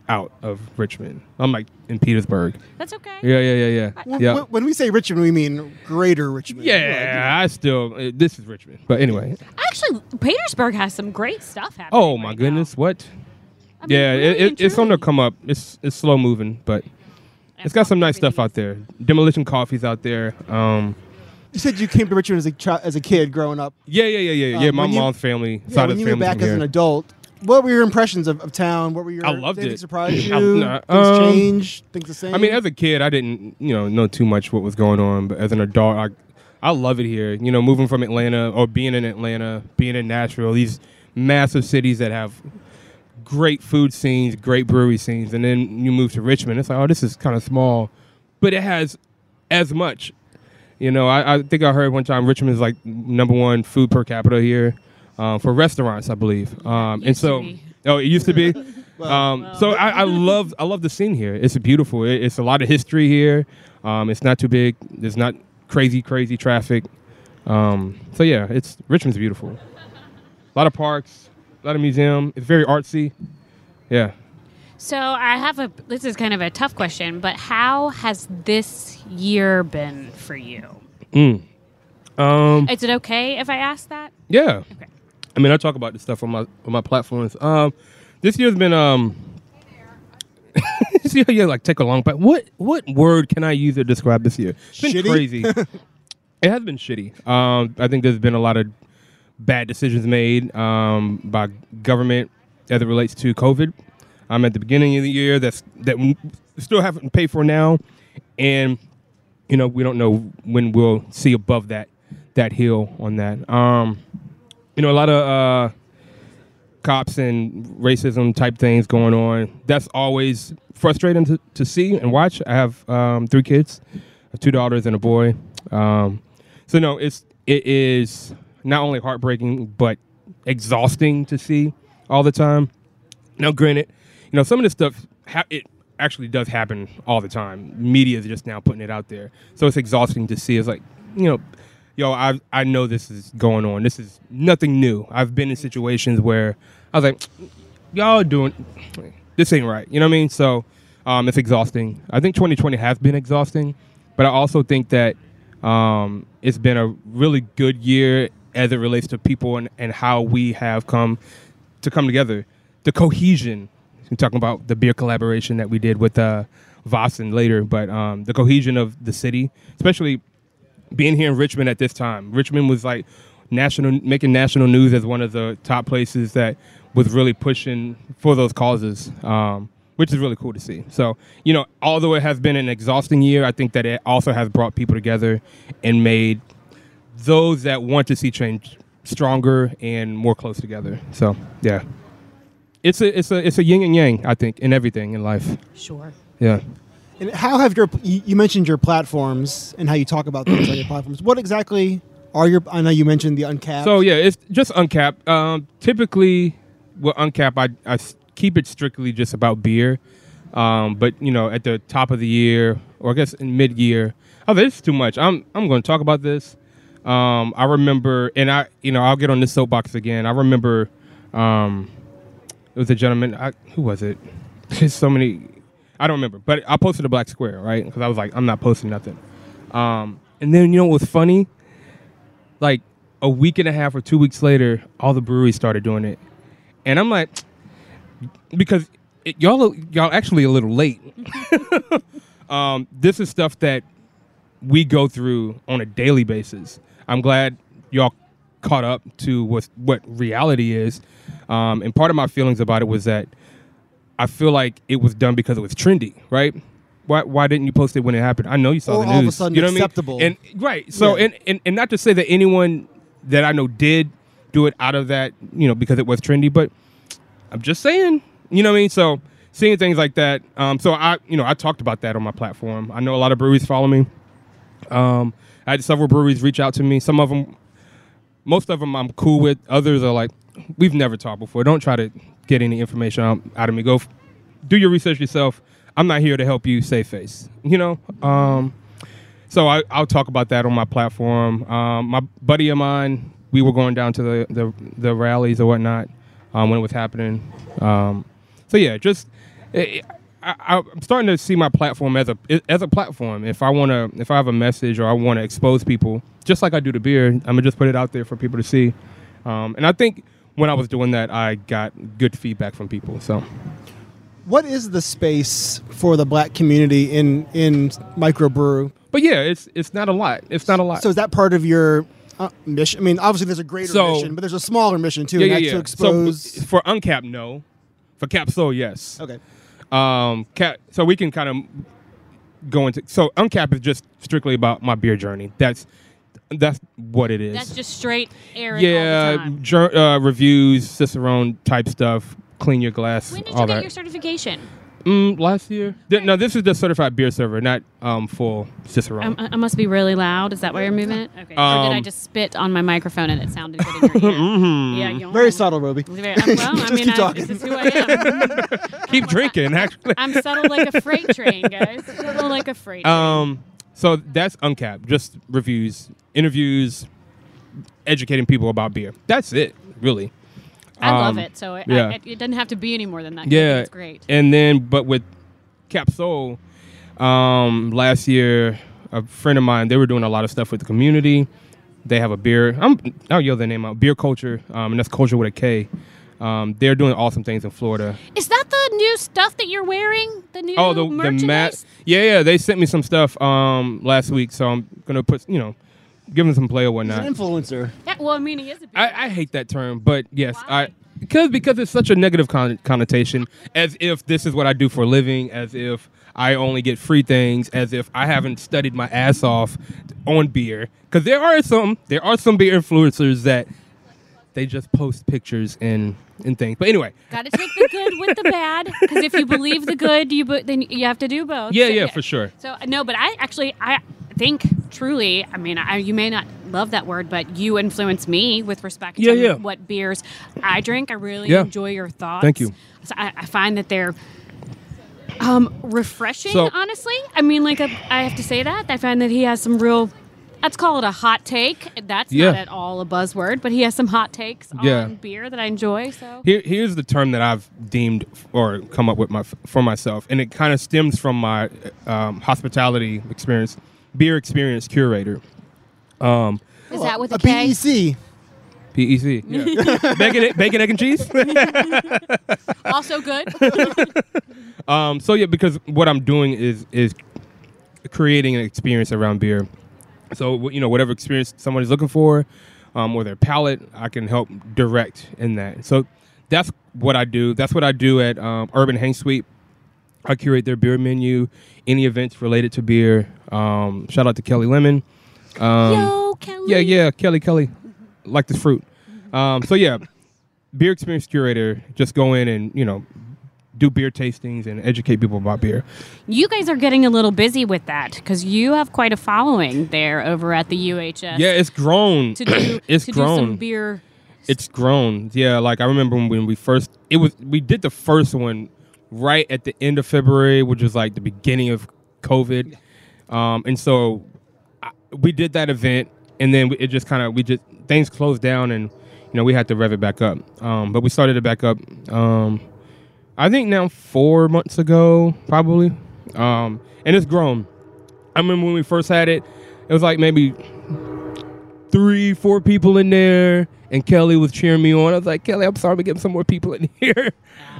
Speaker 3: out of Richmond. I'm like in Petersburg.
Speaker 1: That's okay.
Speaker 3: Yeah, yeah, yeah, yeah.
Speaker 2: when,
Speaker 3: Yeah.
Speaker 2: when we say Richmond, we mean Greater Richmond. Like,
Speaker 3: Yeah, I still. uh, This is Richmond, but anyway.
Speaker 1: Actually, Petersburg has some great stuff happening.
Speaker 3: Oh my
Speaker 1: right now.
Speaker 3: goodness, what?
Speaker 1: I mean,
Speaker 3: Yeah,
Speaker 1: really
Speaker 3: it,
Speaker 1: and
Speaker 3: it, it's going to
Speaker 1: truly.
Speaker 3: come up. It's it's slow moving, but it's got some nice stuff out there. Demolition Coffee's out there. Um,
Speaker 2: You said you came to Richmond as a child, as a kid growing up.
Speaker 3: yeah, yeah, yeah, yeah,
Speaker 2: Um,
Speaker 3: yeah. My
Speaker 2: when you-
Speaker 3: mom's family
Speaker 2: Yeah,
Speaker 3: side
Speaker 2: when
Speaker 3: of the
Speaker 2: you were
Speaker 3: family
Speaker 2: back as an adult, what were your impressions of, of town? What were your
Speaker 3: I loved
Speaker 2: anything
Speaker 3: it.
Speaker 2: Surprised
Speaker 3: I-
Speaker 2: you?
Speaker 3: nah,
Speaker 2: things
Speaker 3: um,
Speaker 2: change. Things the same.
Speaker 3: I mean, as a kid, I didn't you know know too much what was going on, but as an adult, I I love it here. You know, moving from Atlanta or being in Atlanta, being in Nashville, these massive cities that have great food scenes, great brewery scenes, and then you move to Richmond. It's like, oh, this is kind of small, but it has as much. You know, I, I think I heard one time Richmond is like number one food per capita here uh, for restaurants, I believe. Um, and
Speaker 1: used to
Speaker 3: so,
Speaker 1: be.
Speaker 3: oh, it used to be.
Speaker 2: Well-
Speaker 3: um, So I, I love I love the scene here. It's beautiful. It, it's a lot of history here. Um, it's not too big. There's not crazy crazy traffic. Um, so yeah, it's Richmond's beautiful. A lot of parks, a lot of museum. It's very artsy. Yeah.
Speaker 1: So I have a. This is kind of a tough question, but how has this year been for you?
Speaker 3: Hmm. Um,
Speaker 1: Is it okay if I ask that?
Speaker 3: yeah.
Speaker 1: Okay.
Speaker 3: I mean, I talk about this stuff on my on my platforms. Um, this year's been um. See how you like take a long but What what word can I use to describe this year? It's been
Speaker 2: Shitty?
Speaker 3: crazy. it has been shitty. Um, I think there's been a lot of bad decisions made um, by government as it relates to COVID. I'm at the beginning of the year that's that we still haven't paid for now, and you know we don't know when we'll see above that that hill on that. Um, you know a lot of uh, cops and racism type things going on. That's always frustrating to, to see and watch. I have um, three kids, two daughters and a boy. Um, so no, it's it is not only heartbreaking but exhausting to see all the time. Now, granted, you know some of this stuff ha- it actually does happen all the time. Media is just now putting it out there, so it's exhausting to see. It's like, you know, yo, I I know this is going on. This is nothing new. I've been in situations where I was like, y'all doing this ain't right. You know what I mean? So um, it's exhausting. I think 2020 has been exhausting, but I also think that um, it's been a really good year as it relates to people and, and how we have come to come together. The cohesion. I'm talking about the beer collaboration that we did with uh, Vossen later, but um, the cohesion of the city, especially being here in Richmond at this time. Richmond was like national, making national news as one of the top places that was really pushing for those causes, um, which is really cool to see. So, you know, although it has been an exhausting year, I think that it also has brought people together and made those that want to see change stronger and more close together. So, yeah. It's a it's a it's a yin and yang, I think, in everything in life.
Speaker 1: Sure.
Speaker 3: Yeah.
Speaker 2: And how have your you you mentioned your platforms and how you talk about things on your platforms? What exactly are your? I know you mentioned the uncapped.
Speaker 3: So yeah, it's just uncapped. Um, typically, with uncapped, I, I s- keep it strictly just about beer. Um, but you know, at the top of the year, or I guess in mid year, oh, this is too much. I'm I'm going to talk about this. Um, I remember, and I you know I'll get on this soapbox again. I remember um, it was a gentleman. I, who was it? There's so many. I don't remember, but I posted a black square, right? Because I was like, I'm not posting nothing. Um, and then you know what was funny? like a week and a half or two weeks later, all the breweries started doing it, and I'm like, because it, y'all y'all actually a little late. um, this is stuff that we go through on a daily basis. I'm glad y'all caught up to what what reality is, um, and part of my feelings about it was that I feel like it was done because it was trendy, right? Why, why didn't you post it when it happened? I know you saw
Speaker 2: Or
Speaker 3: the news.
Speaker 2: all of a sudden
Speaker 3: you know what
Speaker 2: acceptable.
Speaker 3: I mean? And right so
Speaker 2: Yeah.
Speaker 3: and, and and not to say that anyone that i know did do it out of that you know because it was trendy but i'm just saying you know what i mean so seeing things like that um so i you know i talked about that on my platform i know a lot of breweries follow me um i had several breweries reach out to me some of them most of them i'm cool with others are like we've never talked before don't try to get any information out, out of me go f- do your research yourself i'm not here to help you save face you know um so I, I'll talk about that on my platform. Um, my buddy of mine, we were going down to the the, the rallies or whatnot um, when it was happening. Um, so yeah, just I, I, I'm starting to see my platform as a as a platform. If I want to, if I have a message or I want to expose people, just like I do the beer, I'm gonna just put it out there for people to see. Um, and I think when I was doing that, I got good feedback from people. So
Speaker 2: what is the space for the black community in in microbrew?
Speaker 3: but yeah, it's it's not a lot. It's not a lot.
Speaker 2: So is that part of your uh, mission? I mean, obviously there's a greater
Speaker 3: So-
Speaker 2: mission, but there's a smaller mission too. and that's To expose.
Speaker 3: So for uncapped, no. For capsule, yes.
Speaker 2: okay.
Speaker 3: Um, cap, so we can kind of go into. So uncap is just strictly about my beer journey. That's that's what it is.
Speaker 1: That's just straight Eric all the
Speaker 3: yeah,
Speaker 1: time.
Speaker 3: jour- uh, reviews, Cicerone type stuff. Clean your glass.
Speaker 1: When did you
Speaker 3: all
Speaker 1: get
Speaker 3: that.
Speaker 1: your certification?
Speaker 3: mm, last year? Th- no, this is the certified beer server, not um, full Cicerone.
Speaker 1: Um, I, I must be really loud. Is that why you're moving it? Okay. or did I
Speaker 3: Um,
Speaker 1: just spit on my microphone and it sounded good in your ear? mm-hmm. Yeah, yawn.
Speaker 2: Very subtle, Roby.
Speaker 1: It's very- uh, Well, I
Speaker 2: Just
Speaker 1: mean,
Speaker 2: keep
Speaker 1: I,
Speaker 2: talking.
Speaker 1: this is who I am.
Speaker 3: Keep drinking, actually.
Speaker 1: I'm subtle like a freight train, guys. Subtle like a freight train.
Speaker 3: Um, so that's uncapped. Just reviews, interviews, educating people about beer. That's it, really.
Speaker 1: I love
Speaker 3: um,
Speaker 1: it. So it,
Speaker 3: yeah.
Speaker 1: I, it doesn't have to be any more than that.
Speaker 3: Yeah,
Speaker 1: It's great.
Speaker 3: And then, but with Capsule, um, last year, a friend of mine, they were doing a lot of stuff with the community. They have a beer. I'm, I'll yell their name out. Beer Culture, um, and that's Culture with a K. Um, they're doing awesome things in Florida.
Speaker 1: Is that the new stuff that you're wearing? The new
Speaker 3: Oh, the the mat.
Speaker 1: merchandise?
Speaker 3: Yeah, yeah. They sent me some stuff um, last week, so I'm gonna put you know, give them some play or
Speaker 2: He's
Speaker 3: whatnot.
Speaker 2: an influencer.
Speaker 1: Yeah, well, I mean, he is a beer.
Speaker 3: I, I hate that term, but yes,
Speaker 1: Why?
Speaker 3: I because because it's such a negative con- connotation. As if this is what I do for a living. As if I only get free things. As if I haven't studied my ass off on beer. Because there are some there are some beer influencers that they just post pictures and and things. But anyway,
Speaker 1: Got to take the good with the bad because if you believe the good, you bo- then you have to do both.
Speaker 3: yeah,
Speaker 1: So,
Speaker 3: yeah, for sure.
Speaker 1: So uh, no, but I actually I think truly. I mean, I, you may not love that word, but you influence me with respect
Speaker 3: Yeah,
Speaker 1: to
Speaker 3: yeah.
Speaker 1: what beers I drink. I really
Speaker 3: Yeah.
Speaker 1: enjoy your thoughts.
Speaker 3: Thank you.
Speaker 1: So I, I find that they're Um, refreshing,
Speaker 3: So-
Speaker 1: honestly. I mean, like I I have to say that I find that he has some real. Let's call it a hot take. That's
Speaker 3: Yeah.
Speaker 1: not at all a buzzword, but he has some hot takes
Speaker 3: Yeah.
Speaker 1: on beer that I enjoy. So
Speaker 3: Here, here's the term that I've deemed or come up with my for myself, and it kind of stems from my um, hospitality experience, beer experience curator, um,
Speaker 4: Is that with
Speaker 2: a E
Speaker 4: a K?
Speaker 2: PEC.
Speaker 3: PEC. Yeah. E bacon, egg- bacon, egg, and cheese.
Speaker 1: also good.
Speaker 3: Um, so yeah, because what I'm doing is is creating an experience around beer. So wh- you know, whatever experience someone is looking for, um, or their palate, I can help direct in that. So that's what I do. That's what I do at um, Urban Hang Suite. I curate their beer menu, any events related to beer. Um, shout out to Kelly Lemon. Um,
Speaker 1: Yo, Kelly.
Speaker 3: yeah, yeah, Kelly, Kelly, like this fruit. Um, so yeah, beer experience curator. Just go in and you know do beer tastings and educate people about beer.
Speaker 1: You guys are getting a little busy with that because you have quite a following there over at the UHS.
Speaker 3: Yeah, it's grown.
Speaker 1: To do
Speaker 3: it's
Speaker 1: to do some
Speaker 3: grown.
Speaker 1: beer.
Speaker 3: it's grown. Yeah, like I remember when we first it was we did the first one right at the end of February, which was like the beginning of COVID, um, and so I, we did that event, and then we, it just kind of we just things closed down, and you know we had to rev it back up. Um, but we started it back up. Um, I think now four months ago, probably, um, and it's grown. I remember when we first had it, it was like maybe three, four people in there, and Kelly was cheering me on. I was like, Kelly, I'm sorry, we getting some more people in here.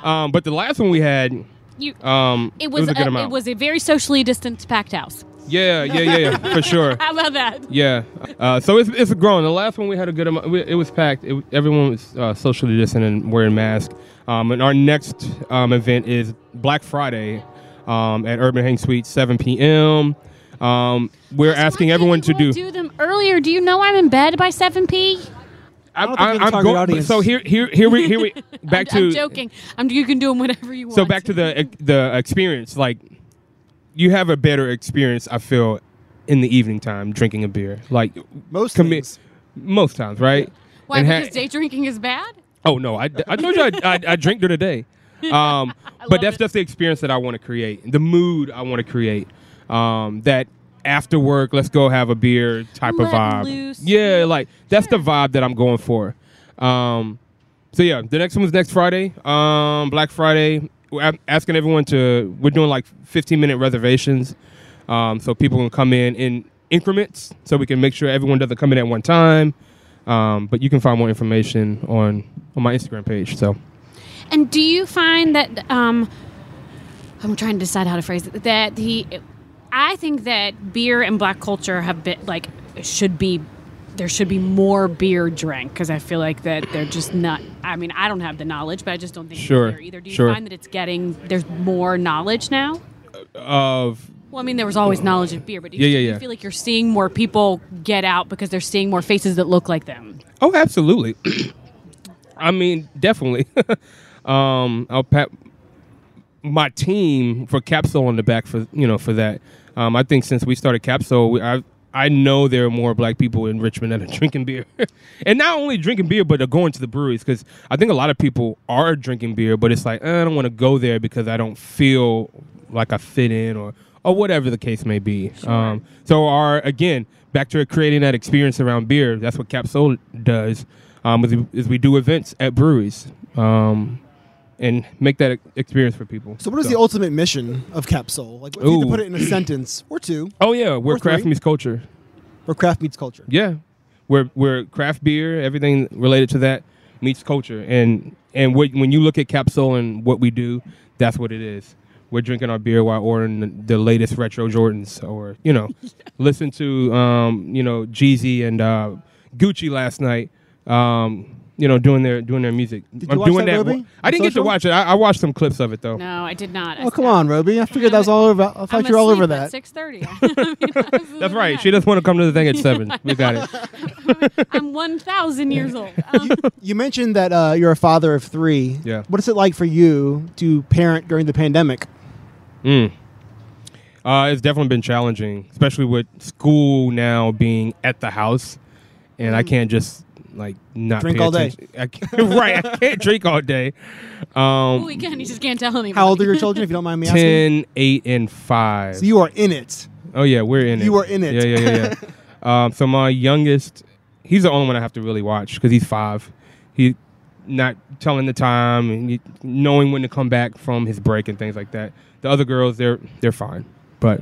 Speaker 3: Um, but the last one we had,
Speaker 1: You,
Speaker 3: um,
Speaker 1: it was,
Speaker 3: a good
Speaker 1: a,
Speaker 3: amount.
Speaker 1: it was a very socially distanced packed house.
Speaker 3: yeah, yeah, yeah, yeah, for sure.
Speaker 1: How about that?
Speaker 3: Yeah. Uh, so it's it's grown. The last one we had a good amount. we- It was packed. It, everyone was uh, socially distant and wearing masks. Um, and our next um, event is Black Friday um, at Urban Hang Suite, 7 p.m. Um, we're asking
Speaker 1: Why didn't
Speaker 3: everyone
Speaker 1: you
Speaker 3: to
Speaker 1: all
Speaker 3: do.
Speaker 1: do them earlier. Do you know I'm in bed by 7 p?
Speaker 3: I'm,
Speaker 2: don't think we have a target audience.
Speaker 3: So here, here, here we, here we back
Speaker 1: I'm
Speaker 3: to
Speaker 1: joking. I'm, you can do them whenever you want.
Speaker 3: so back to the the experience like you have a better experience i feel in the evening time drinking a beer like
Speaker 2: Most
Speaker 3: commi-
Speaker 2: things.
Speaker 3: most times right
Speaker 1: Why?
Speaker 3: And ha-
Speaker 1: Because day drinking is bad?
Speaker 3: oh no i, I told you I, I, I drink during the day um, but
Speaker 1: love
Speaker 3: that's
Speaker 1: it.
Speaker 3: just the experience that i want to create the mood i want to create um, that after work let's go have a beer type of
Speaker 1: Let
Speaker 3: vibe
Speaker 1: loose.
Speaker 3: yeah like that's the vibe that i'm going for um, so yeah, the next one's next Friday, um, Black Friday. We're a- asking everyone to. We're doing like 15 minute reservations, um, so people can come in in increments, so we can make sure everyone doesn't come in at one time. Um, but you can find more information on on my Instagram page. So
Speaker 1: And do you find that um, I'm trying to decide how to phrase it that the I think that beer and black culture have been like should be there should be more beer drink because I feel like that they're just not. I mean, I don't have the knowledge, but I just don't think it's
Speaker 3: Sure,
Speaker 1: there either. Do you
Speaker 3: sure.
Speaker 1: find that it's getting there's more knowledge now?
Speaker 3: of
Speaker 1: Well, I mean, there was always knowledge of beer, but do you,
Speaker 3: Yeah, yeah,
Speaker 1: do you
Speaker 3: yeah.
Speaker 1: feel like you're seeing more people get out because they're seeing more faces that look like them?
Speaker 3: Oh, absolutely. I mean, definitely. um, I'll pat my team for Capsule on the back for you know for that. Um, I think since we started Capsule, we, I I know there are more black people in Richmond that are drinking beer, and not only drinking beer, but they're going to the breweries because I think a lot of people are drinking beer, but it's like eh, I don't want to go there because I don't feel like I fit in or or whatever the case may be. Um, so our again back to creating that experience around beer. That's what Capsule does. Um, is, we- is we do events at breweries. Um, and make that e- experience for people.
Speaker 2: So, what is the ultimate mission of Capsule? Like, if you had to
Speaker 3: Ooh.
Speaker 2: put it in a sentence or two,
Speaker 3: Oh yeah, we're
Speaker 2: Or three.
Speaker 3: craft meets culture.
Speaker 2: or craft meets culture.
Speaker 3: Yeah, we're we're craft beer. Everything related to that meets culture, and and what, when you look at Capsule and what we do, that's what it is. We're drinking our beer while ordering the, the latest retro Jordans, or you know, listen to um, you know Jeezy and uh, Gucci last night. Um, you know, doing their doing their music.
Speaker 2: you watch
Speaker 3: doing
Speaker 2: that
Speaker 3: wa-
Speaker 2: movie?
Speaker 3: I didn't get to
Speaker 2: Social?
Speaker 3: watch it. I, I watched some clips of it though.
Speaker 1: No, I did not.
Speaker 2: Oh, come on, Roby. I figured that was all over. I thought you were all over that.
Speaker 1: Six thirty. That's
Speaker 3: That's right. She doesn't want to come to the thing at seven. We got it.
Speaker 1: I'm one thousand years old. Um,
Speaker 2: You mentioned that uh, you're a father of three.
Speaker 3: Yeah.
Speaker 2: What is it like for you to parent during the pandemic?
Speaker 3: Mm. Uh, it's definitely been challenging, especially with school now being at the house, and I can't just like not
Speaker 2: Mm. Drink
Speaker 3: pay
Speaker 2: all day.
Speaker 3: attention. I can't, right, I can't drink all day.
Speaker 1: Oh,
Speaker 3: Um,
Speaker 1: he can. He just can't tell anyone.
Speaker 2: How old are your children, if you don't mind me asking?
Speaker 3: 10, 8, and five.
Speaker 2: So you are in it.
Speaker 3: oh yeah, we're in it.
Speaker 2: You are in it.
Speaker 3: Yeah, yeah, yeah. yeah. um, so my youngest, he's the only one I have to really watch because he's five. He not telling the time and he, knowing when to come back from his break and things like that. The other girls, they're they're fine, but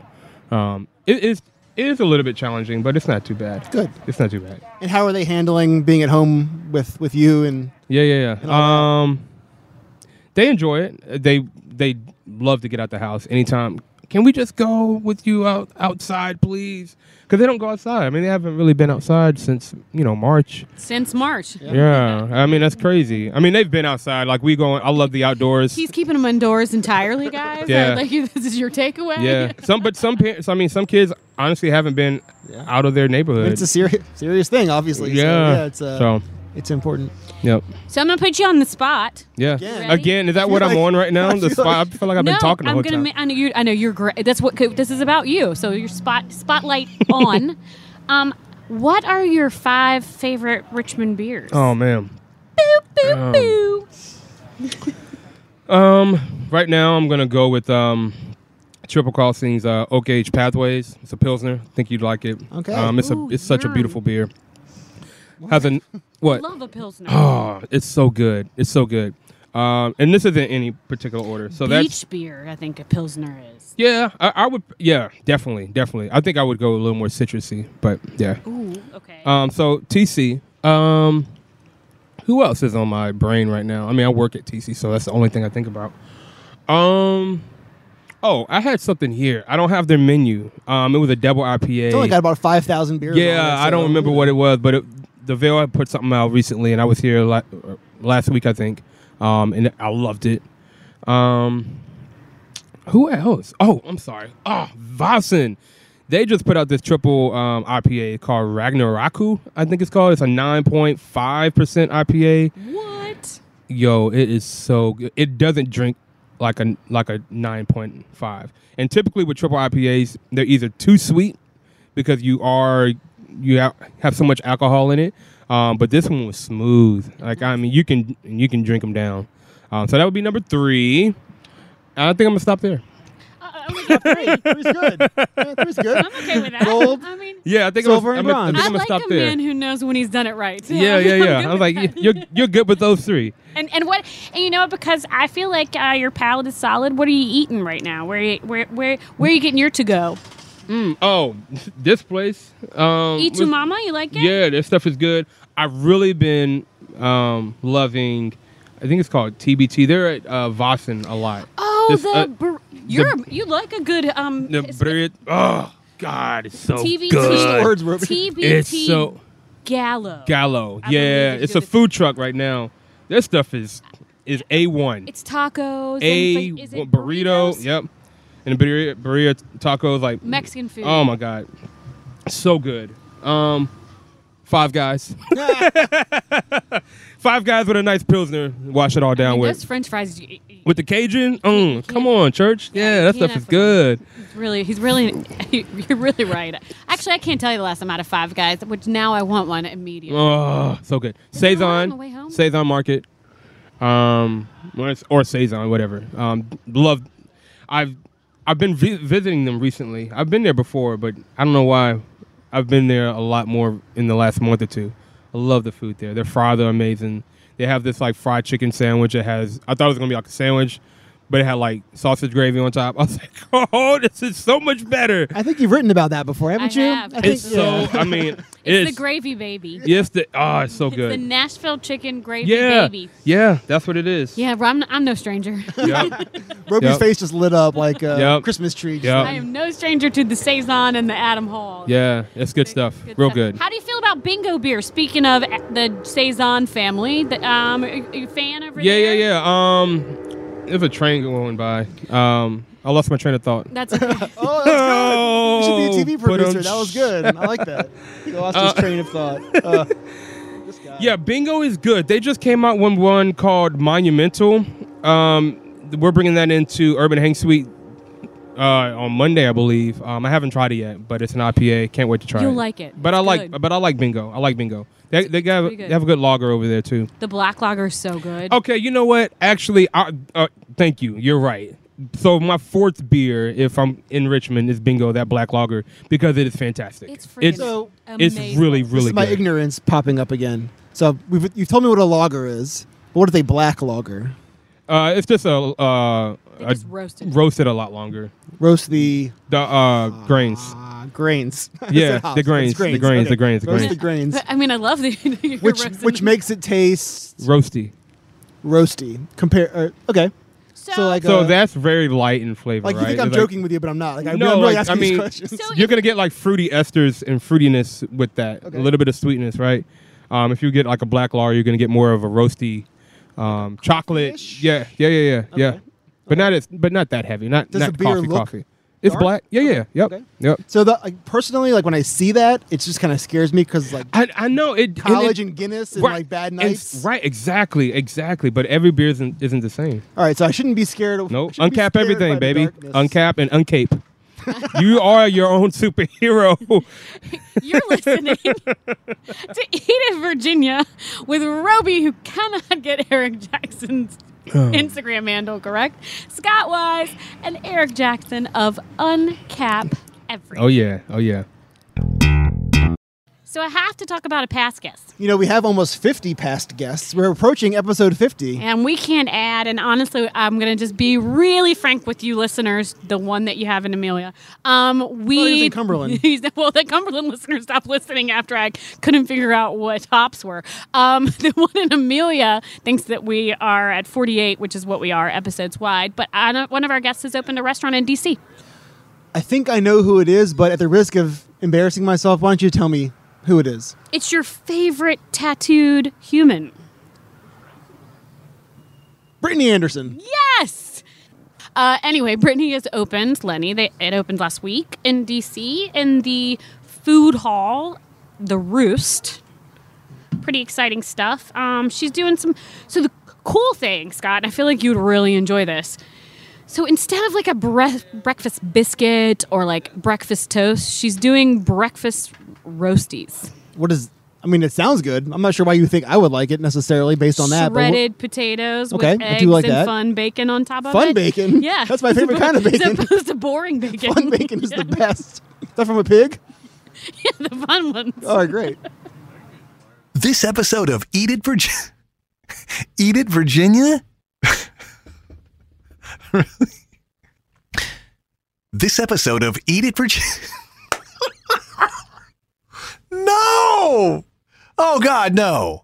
Speaker 3: um, it is it is a little bit challenging, but it's not too bad.
Speaker 2: Good.
Speaker 3: It's not too bad.
Speaker 2: And how are they handling being at home with with you? And
Speaker 3: Yeah, yeah, yeah. Um, they enjoy it. They they love to get out the house anytime. Can we just go with you out outside, please? Because they don't go outside. I mean, they haven't really been outside since you know March.
Speaker 1: Since March.
Speaker 3: Yeah, I mean that's crazy. I mean they've been outside. Like we going. I love the outdoors.
Speaker 1: He's keeping them indoors entirely, guys.
Speaker 3: Yeah.
Speaker 1: Like, this is your takeaway.
Speaker 3: yeah, some but some parents. I mean, some kids honestly haven't been
Speaker 2: Yeah.
Speaker 3: out of their neighborhood.
Speaker 2: it's a serious serious thing, obviously.
Speaker 3: yeah,
Speaker 2: So, yeah it's uh,
Speaker 3: so
Speaker 2: it's important.
Speaker 3: yep,
Speaker 1: So I'm gonna put you on the spot.
Speaker 3: yeah.
Speaker 2: Again.
Speaker 1: Ready?
Speaker 3: Again, is that
Speaker 2: feel
Speaker 3: what I'm
Speaker 2: like-
Speaker 3: on right now?
Speaker 2: I feel
Speaker 3: The spot. I
Speaker 2: like-
Speaker 3: feel like I've been
Speaker 1: no,
Speaker 3: talking the
Speaker 1: I'm
Speaker 3: whole
Speaker 1: gonna.
Speaker 3: time.
Speaker 1: ma- I know you. I know you're great. That's what. co- This is about you. So your spot spotlight on. um, what are your five favorite Richmond beers?
Speaker 3: oh man.
Speaker 1: boo
Speaker 3: um,
Speaker 1: boo.
Speaker 3: Um, right now I'm gonna go with um, Triple Crossing's uh, Oak Age Pathways. It's a pilsner. I think you'd like it.
Speaker 2: Okay.
Speaker 3: Um, it's
Speaker 1: Ooh,
Speaker 3: a it's such
Speaker 1: yum.
Speaker 3: a beautiful beer. Has a what?
Speaker 1: Love a pilsner.
Speaker 3: Oh, it's so good. It's so good. Um, and this isn't any particular order. So that's
Speaker 1: Beach beer. I think a pilsner is.
Speaker 3: yeah. I, I would yeah definitely definitely. I think I would go a little more citrusy, but yeah.
Speaker 1: Ooh. Okay.
Speaker 3: Um, so TC. Um, who else is on my brain right now? I mean, I work at TC, so that's the only thing I think about. Um, oh, I had something here. I don't have their menu. Um, it was a double IPA.
Speaker 2: It's only got about five thousand beers. on it,
Speaker 3: yeah, I
Speaker 2: so-
Speaker 3: don't remember what it was, but it, the Veil had put something out recently, and I was here la- uh, last week, I think. Um, and I loved it. Um, who else? Oh, I'm sorry. Oh, Vossen. They just put out this triple um, IPA called Ragnaroku, I think it's called. It's a 9.5% IPA.
Speaker 1: what?
Speaker 3: Yo, it is so good. It doesn't drink like a like a 9.5. And typically with triple IPAs, they're either too sweet because you are you have, have so much alcohol in it. Um, but this one was smooth. Like I mean, you can you can drink them down. Um, so that would be number three. And I think I'm gonna stop there.
Speaker 1: I, I would-
Speaker 2: Three. Three's good. Yeah, three's good.
Speaker 1: I'm okay with that.
Speaker 2: Gold.
Speaker 1: I mean.
Speaker 3: Yeah, I think
Speaker 2: Silver
Speaker 3: I'm,
Speaker 2: and
Speaker 3: gonna- I'm,
Speaker 2: bronze.
Speaker 3: gonna-
Speaker 1: I
Speaker 3: I'm gonna
Speaker 1: like
Speaker 3: stop
Speaker 1: a
Speaker 3: there.
Speaker 1: man who knows when he's done it right.
Speaker 3: yeah, yeah,
Speaker 1: I'm
Speaker 3: yeah.
Speaker 1: good
Speaker 3: I was
Speaker 1: with
Speaker 3: like,
Speaker 1: that.
Speaker 3: y- you're you're good with those three.
Speaker 1: And and what and you know what? Because I feel like uh, your palate is solid. What are you eating right now? Where you, where where where are you getting your to go?
Speaker 3: Oh, this place. Um,
Speaker 1: E two
Speaker 3: was-
Speaker 1: Mama, you like it?
Speaker 3: Yeah, their stuff is good. I've really been um, loving. I think it's called TBT. They're at uh, Vossen a lot.
Speaker 1: Oh,
Speaker 3: This,
Speaker 1: the
Speaker 3: uh,
Speaker 1: bur- you're you like a good um
Speaker 3: The
Speaker 1: it's-
Speaker 3: bread. Oh God, it's so
Speaker 1: TBT
Speaker 3: good.
Speaker 2: the words, Ruby.
Speaker 1: TBT
Speaker 3: It's so
Speaker 1: Gallo.
Speaker 3: Gallo.
Speaker 1: I
Speaker 3: yeah,
Speaker 1: believe it's
Speaker 3: it's a
Speaker 1: good.
Speaker 3: food truck right now. Their stuff is is a one.
Speaker 1: It's tacos. and
Speaker 3: A
Speaker 1: fa- is it
Speaker 3: burrito.
Speaker 1: burritos?
Speaker 3: Yep. And the burrito, burrito tacos like
Speaker 1: Mexican food.
Speaker 3: Oh my God, so good. Um, Five Guys. Five Guys with a nice pilsner. Wash it all
Speaker 1: I
Speaker 3: down
Speaker 1: mean, those
Speaker 3: with
Speaker 1: French fries. you- you-
Speaker 3: with the Cajun. Mm, come on, church. Yeah,
Speaker 1: you
Speaker 3: that stuff
Speaker 1: can't
Speaker 3: is
Speaker 1: afford-
Speaker 3: good.
Speaker 1: Really, he's really, you're really right. Actually, I can't tell you the last time out of Five Guys, which now I want one immediately.
Speaker 3: Oh, so good.
Speaker 1: that one on the way
Speaker 3: Saison,
Speaker 1: home?
Speaker 3: Saison Market, um, or it's- or Saison, whatever. Um, love. I've I've been vi- visiting them recently. I've been there before, but I don't know why. I've been there a lot more in the last month or two. I love the food there. Their fries are amazing. They have this like fried chicken sandwich. It has. I thought it was gonna be like a sandwich, but it had like sausage gravy on top. I was like, oh, this is so much better.
Speaker 2: I think you've written about that before, haven't
Speaker 1: I
Speaker 2: you?
Speaker 1: have.
Speaker 2: I think,
Speaker 3: It's so. I mean, it's,
Speaker 1: It's the gravy baby.
Speaker 3: Yes, the oh, it's so good.
Speaker 1: It's the Nashville chicken gravy
Speaker 3: Yeah,
Speaker 1: baby.
Speaker 3: yeah, that's what it is.
Speaker 1: Yeah, well, I'm, n- I'm no stranger.
Speaker 3: Yep.
Speaker 2: Roby's
Speaker 3: Yep.
Speaker 2: face just lit up like a
Speaker 3: Yep.
Speaker 2: Christmas tree. just
Speaker 3: Yep.
Speaker 1: I am no stranger to the saison and the Adam Hall.
Speaker 3: yeah, that's good stuff.
Speaker 1: Good
Speaker 3: Real
Speaker 1: stuff.
Speaker 3: good.
Speaker 1: How do you feel about bingo beer? Speaking of uh, the saison family, the, um, are you are you a fan over
Speaker 3: Yeah, yeah,
Speaker 1: there?
Speaker 3: yeah. Um, there's a train going by. Um, I lost my train of thought.
Speaker 1: That's okay.
Speaker 2: Oh, that's good. You should be a TV
Speaker 3: Oh, but, um,
Speaker 2: producer. That was good. I like that. He lost his train of thought. Uh, this guy.
Speaker 3: Yeah, Bingo is good. They just came out with one called Monumental. Um, we're bringing that into Urban Hang Suite uh, on Monday, I believe. Um, I haven't tried it yet, but it's an IPA. Can't wait to try
Speaker 1: You'll
Speaker 3: it.
Speaker 1: like it.
Speaker 3: But I
Speaker 1: It's
Speaker 3: like,
Speaker 1: good.
Speaker 3: but I like Bingo. I like Bingo. They they, got,
Speaker 1: pretty good.
Speaker 3: they have a good lager over there too.
Speaker 1: The black lager is so good.
Speaker 3: Okay, you know what? Actually, I, uh, thank you. You're right. So my fourth beer, if I'm in Richmond, is Bingo, that black lager, because it is fantastic.
Speaker 1: It's freaking
Speaker 3: it's,
Speaker 2: So-
Speaker 3: it's
Speaker 1: amazing.
Speaker 3: really
Speaker 2: This
Speaker 3: really
Speaker 2: is my
Speaker 3: good.
Speaker 2: ignorance popping up again. So we've, you've told me what a lager is. But what is a black lager?
Speaker 3: Uh, it's just a uh,
Speaker 1: They
Speaker 3: a-
Speaker 1: just roasted it.
Speaker 3: roasted a lot longer.
Speaker 2: Roast the
Speaker 3: The uh, grains.
Speaker 2: Ah, grains. I
Speaker 3: Yeah,
Speaker 2: said hops,
Speaker 3: the
Speaker 2: but it's
Speaker 3: grains, the grains, the grains, the
Speaker 2: Roast
Speaker 3: grains.
Speaker 2: the grains.
Speaker 1: I mean, I love the you're
Speaker 2: Which
Speaker 1: roasting
Speaker 2: which
Speaker 1: them.
Speaker 2: makes it taste
Speaker 3: roasty.
Speaker 2: roasty. Compare. Uh, okay.
Speaker 1: so,
Speaker 2: so, like,
Speaker 3: So
Speaker 2: Uh,
Speaker 3: that's very light in flavor.
Speaker 2: Like
Speaker 3: right?
Speaker 2: you think I'm
Speaker 3: It's like-
Speaker 2: joking with you, but I'm not. Like I,
Speaker 3: No,
Speaker 2: am really
Speaker 3: like,
Speaker 2: asking
Speaker 3: I mean-
Speaker 2: these questions.
Speaker 1: So-
Speaker 3: You're gonna get like fruity esters and fruitiness with that.
Speaker 2: Okay.
Speaker 3: A little bit of sweetness, right? Um, if you get like a black lager, you're gonna get more of a roasty, um, chocolate.
Speaker 2: Coffee-ish?
Speaker 3: Yeah, yeah, yeah, yeah, yeah.
Speaker 2: Okay.
Speaker 3: But not as, but not that heavy. Not
Speaker 2: Does
Speaker 3: not
Speaker 2: the beer
Speaker 3: coffee,
Speaker 2: look
Speaker 3: coffee. It's
Speaker 2: dark?
Speaker 3: black. Yeah, yeah, yep,
Speaker 2: Okay.
Speaker 3: yep.
Speaker 2: So the like, personally, like when I see that, it just kind of scares me because like
Speaker 3: I, I know it. and it-
Speaker 2: college and Guinness and
Speaker 3: right,
Speaker 2: like bad
Speaker 3: and-
Speaker 2: nights.
Speaker 3: right, exactly, exactly. But every beer isn't, isn't the same.
Speaker 2: All right, so I shouldn't be scared. Of,
Speaker 3: No,
Speaker 2: I shouldn't be
Speaker 3: uncap
Speaker 2: scared by
Speaker 3: everything,
Speaker 2: the
Speaker 3: baby.
Speaker 2: darkness.
Speaker 3: Uncap and uncape. you are your own superhero.
Speaker 1: you're listening to Edith Virginia with Roby, who cannot get Eric Jackson's
Speaker 3: Oh.
Speaker 1: Instagram handle correct, Scott Wise, and Eric Jackson of Uncap Everything.
Speaker 3: oh yeah, oh yeah.
Speaker 1: So I have to talk about a past guest,
Speaker 2: You know, we have almost 50 past guests. We're approaching episode 50.
Speaker 1: and we can't add. And honestly, I'm going to just be really frank with you, listeners. The one that you have in Amelia, um, we
Speaker 2: Well, he was in Cumberland.
Speaker 1: He's- well, the Cumberland listeners stopped listening after I couldn't figure out what hops were. Um, the one in Amelia thinks that we are at 48, which is what we are, episodes wide. But I don't- one of our guests has opened a restaurant in DC.
Speaker 2: I think I know who it is, but at the risk of embarrassing myself, why don't you tell me who it is?
Speaker 1: It's your favorite tattooed human.
Speaker 2: Brittany Anderson.
Speaker 1: Yes. Uh, anyway, Brittany has opened Lenny. They, it opened last week in DC in the food hall, the Roost. Pretty exciting stuff. Um, she's doing some. So the cool thing, Scott, and I feel like you'd really enjoy this. So instead of like a bre- breakfast biscuit or like breakfast toast, she's doing breakfast roasties.
Speaker 2: What is? I mean, it sounds good. I'm not sure why you think I would like it necessarily based on that. but wh-
Speaker 1: shredded potatoes
Speaker 2: Okay,
Speaker 1: with
Speaker 2: I
Speaker 1: eggs
Speaker 2: do like
Speaker 1: and
Speaker 2: that.
Speaker 1: fun bacon on top of it.
Speaker 2: Fun bacon?
Speaker 1: Yeah,
Speaker 2: That's my favorite kind of bacon.
Speaker 1: As opposed to boring bacon.
Speaker 2: fun bacon is the best. Is that from a pig?
Speaker 1: the fun ones.
Speaker 2: All right, great.
Speaker 4: This episode of Eat It Virginia. Eat It Virginia? Really? This episode of Eat It Virginia. no! Oh, God, no.